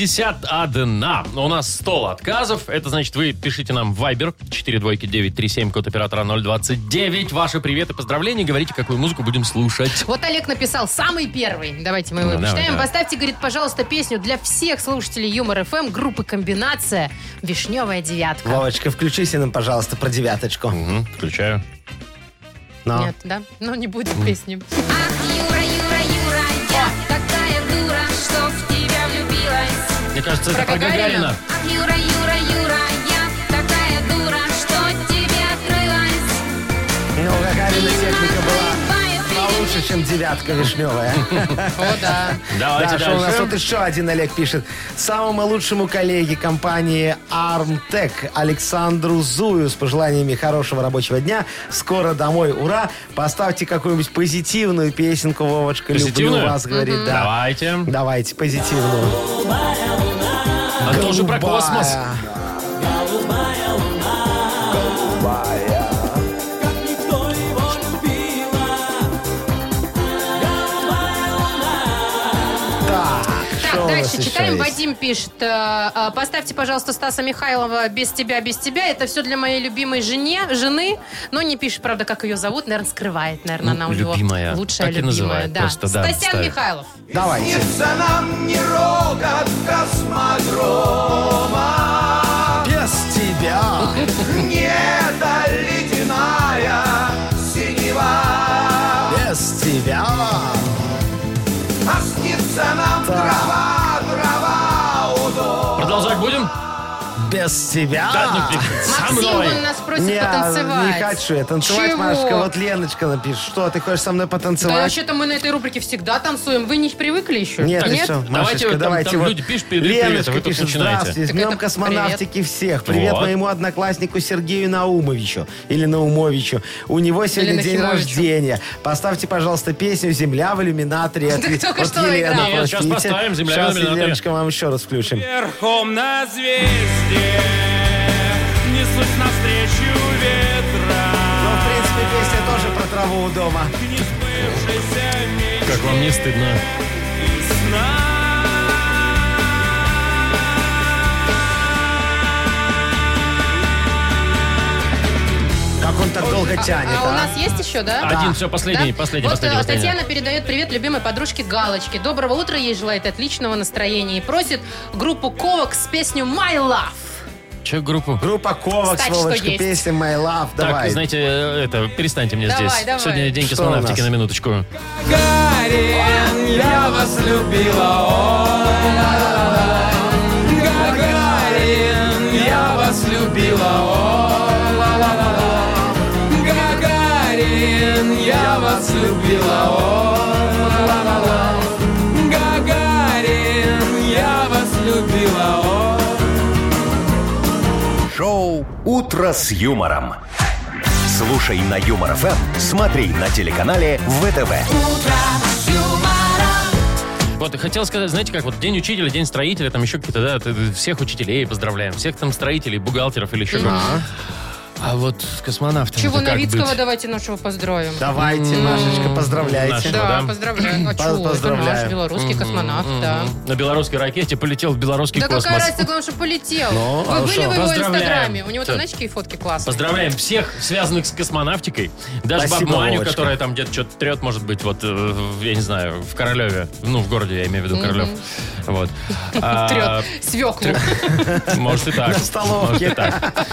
Speaker 2: 9.51. У нас стол отказов. Это значит, вы пишите нам в Viber 42937, код оператора 029. Ваши приветы, поздравления. Говорите, какую музыку будем слушать.
Speaker 3: Вот Олег написал самый первый. Давайте мы его
Speaker 2: Ну, давай,
Speaker 3: почитаем.
Speaker 2: давай.
Speaker 3: Поставьте, говорит, пожалуйста, песню для всех слушателей Юмор ФМ группы Комбинация Вишневая девятка.
Speaker 4: Вовочка, включите нам, пожалуйста, про девяточку.
Speaker 2: Мгм, включаю.
Speaker 4: Но.
Speaker 3: Нет, да? Ну, не будет песни.
Speaker 9: Ах, Юра, Юра, Юра, я такая дура, что в тебя влюбилась.
Speaker 2: Мне кажется,
Speaker 3: Про
Speaker 2: это про Гагарина.
Speaker 3: Гагарина?
Speaker 9: Ах, Юра, Юра, Юра, я такая дура, что тебе открылась.
Speaker 4: Ну, Гагарина техника была
Speaker 9: Баю,
Speaker 4: получше, чем девятка вишневая.
Speaker 3: О, да.
Speaker 2: Давайте
Speaker 4: Да, что у нас
Speaker 2: дальше.
Speaker 4: тут еще один Олег пишет. Самому лучшему коллеге компании Armtec Александру Зую с пожеланиями хорошего рабочего дня. Скоро домой, ура! Поставьте какую-нибудь позитивную песенку, Вовочка.
Speaker 2: Позитивную?
Speaker 4: Люблю вас, говорит, да.
Speaker 2: Давайте.
Speaker 4: Давайте, позитивную.
Speaker 2: А тоже про
Speaker 4: Голубая.
Speaker 2: космос.
Speaker 4: Так, что
Speaker 3: Так,
Speaker 4: у нас
Speaker 3: дальше
Speaker 4: еще
Speaker 3: читаем.
Speaker 4: есть?
Speaker 3: Вадим пишет. э, э, Поставьте, пожалуйста, Стаса Михайлова «Без тебя, без тебя». Это все для моей любимой жене, жены. Но не пишет, правда, как ее зовут. Наверное, скрывает. Наверное,
Speaker 2: Ну,
Speaker 3: она у него
Speaker 2: любимая.
Speaker 3: лучшая
Speaker 2: Так и
Speaker 3: любимая.
Speaker 2: называет
Speaker 3: да.
Speaker 2: просто, да,
Speaker 3: Стасян
Speaker 2: ставит.
Speaker 3: Михайлов.
Speaker 4: Давайте. Без тебя. Без тебя.
Speaker 2: Продолжать будем?
Speaker 4: Без тебя.
Speaker 2: Да, ну, ты- сам
Speaker 3: А. Максим,
Speaker 2: давай.
Speaker 3: он нас просит
Speaker 4: Не,
Speaker 3: потанцевать.
Speaker 4: не хочу я танцевать,
Speaker 3: Чего?
Speaker 4: Машка. Вот Леночка напишет. Что, ты хочешь со мной
Speaker 3: Да
Speaker 4: потанцевать?
Speaker 3: вообще-то мы на этой рубрике всегда танцуем. Вы не привыкли еще?
Speaker 4: Нет, ты что,
Speaker 2: давайте
Speaker 4: Машечка,
Speaker 2: вот там-
Speaker 4: давайте
Speaker 2: там
Speaker 4: вот
Speaker 2: люди пишут, передают привет, а
Speaker 4: Леночка
Speaker 2: вы тут
Speaker 4: пишет,
Speaker 2: начинаете.
Speaker 4: здравствуйте, с
Speaker 3: Так
Speaker 4: днем
Speaker 3: это
Speaker 4: космонавтики всех. Привет
Speaker 2: Вот.
Speaker 4: моему однокласснику Сергею Наумовичу или Наумовичу. У него сегодня день
Speaker 3: Нахимовичу.
Speaker 4: рождения. Поставьте, пожалуйста, песню «Земля в
Speaker 3: <laughs>
Speaker 4: иллюминаторе».
Speaker 3: Так
Speaker 4: Ответ-
Speaker 3: только
Speaker 4: от
Speaker 3: что
Speaker 4: Елены,
Speaker 3: играл.
Speaker 2: Нет, сейчас
Speaker 4: простите.
Speaker 2: поставим «Земля в
Speaker 4: Сейчас,
Speaker 2: иллюминаторе».
Speaker 4: Еленочка, вам еще раз включим.
Speaker 10: Верхом на звезде Несусь навстречу
Speaker 4: Ну,
Speaker 10: ветра
Speaker 4: в принципе, песня тоже про траву у дома.
Speaker 10: К несбывшейся
Speaker 2: Как
Speaker 10: мечте
Speaker 2: вам не стыдно?
Speaker 10: и сна.
Speaker 4: Как он так долго тянет,
Speaker 3: А у
Speaker 4: а?
Speaker 3: нас есть еще, да?
Speaker 2: Один, все, последний,
Speaker 3: Да?
Speaker 2: последний,
Speaker 3: вот
Speaker 2: последний,
Speaker 3: э,
Speaker 2: последний.
Speaker 3: Татьяна передает привет любимой подружке Галочке. Доброго утра, ей желает отличного настроения и просит группу Ковак с песню «My Love».
Speaker 2: Че группу?
Speaker 4: Группа Ковак,
Speaker 3: Кстати, что
Speaker 4: Вовочка,
Speaker 3: есть.
Speaker 4: песня «My Love», давай.
Speaker 2: Так, знаете, э, это, перестаньте мне
Speaker 3: Давай,
Speaker 2: здесь.
Speaker 3: давай.
Speaker 2: Сегодня день
Speaker 4: Что
Speaker 2: космонавтики
Speaker 4: у
Speaker 2: на
Speaker 4: нас?
Speaker 2: минуточку.
Speaker 10: Гагарин, я вас любила, ой, ла-ла-ла. Гагарин, я вас любила, ой, ла-ла-ла-ла. Гагарин, я вас любила, ой, ла-ла-ла-ла. Гагарин, я вас любила, ой.
Speaker 1: Шоу «Утро с юмором». Слушай на Юмор ФМ, смотри на телеканале ВТВ.
Speaker 2: Вот, хотел сказать, знаете как, вот день учителя, день строителя, там еще какие-то, да, т- всех учителей поздравляем, всех там строителей, бухгалтеров или еще как А вот космонавтов
Speaker 3: Чего
Speaker 2: как
Speaker 3: Новицкого
Speaker 2: быть?
Speaker 3: давайте нашего поздравим.
Speaker 4: Давайте,
Speaker 3: М-м.
Speaker 4: Машечка,
Speaker 2: наша.
Speaker 4: поздравляйте.
Speaker 3: Да,
Speaker 2: да?
Speaker 3: поздравляю. А чего? Это
Speaker 4: поздравляю.
Speaker 3: наш белорусский космонавт, да.
Speaker 2: На белорусской ракете полетел в белорусский
Speaker 3: Да
Speaker 2: космос.
Speaker 3: какая разница, главное, что полетел.
Speaker 4: Ну,
Speaker 3: Вы
Speaker 4: а
Speaker 3: были
Speaker 4: что?
Speaker 3: в его
Speaker 2: Поздравляем.
Speaker 3: инстаграме? У него там,
Speaker 2: Да.
Speaker 3: знаете, какие фотки классные?
Speaker 2: Поздравляем всех, связанных с космонавтикой. Даже
Speaker 4: Спасибо,
Speaker 2: бабу Аню,
Speaker 4: Вовочка.
Speaker 2: которая там где-то что-то трет, может быть, вот, э, в- я не знаю, в Королеве. Ну, в городе, я имею в виду, Королев.
Speaker 3: <laughs>
Speaker 2: Вот. А,
Speaker 3: Трет свеклу.
Speaker 2: Может и так.
Speaker 4: На столовке.
Speaker 2: Может и так.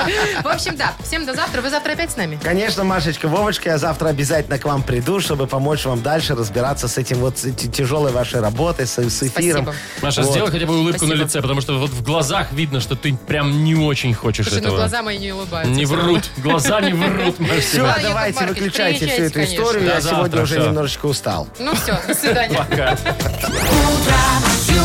Speaker 3: В общем, да, всем Всем до завтра. Вы завтра опять с нами?
Speaker 4: Конечно, Машечка, Вовочка, я завтра обязательно к вам приду, чтобы помочь вам дальше разбираться с этим вот с эти- тяжелой вашей работой, с, с эфиром.
Speaker 3: Спасибо.
Speaker 2: Маша,
Speaker 4: Вот.
Speaker 2: сделай хотя бы улыбку
Speaker 3: Спасибо.
Speaker 2: на лице, потому что вот в глазах видно, что ты прям не очень хочешь
Speaker 3: Слушай, ну
Speaker 2: этого.
Speaker 3: глаза мои не улыбаются.
Speaker 2: Не
Speaker 3: всё
Speaker 2: врут. Глаза
Speaker 3: <laughs>
Speaker 2: не врут, Маш,
Speaker 4: Все,
Speaker 2: тебе.
Speaker 3: Яков
Speaker 4: давайте
Speaker 3: Маркович,
Speaker 4: выключайте всю эту
Speaker 3: приезжайте,
Speaker 4: историю.
Speaker 2: конечно.
Speaker 4: Я
Speaker 2: До
Speaker 4: сегодня
Speaker 2: завтра,
Speaker 4: уже
Speaker 3: Ну
Speaker 2: всё.
Speaker 4: немножечко устал.
Speaker 3: равно. Ну все, до свидания.
Speaker 2: Пока.
Speaker 9: Утро с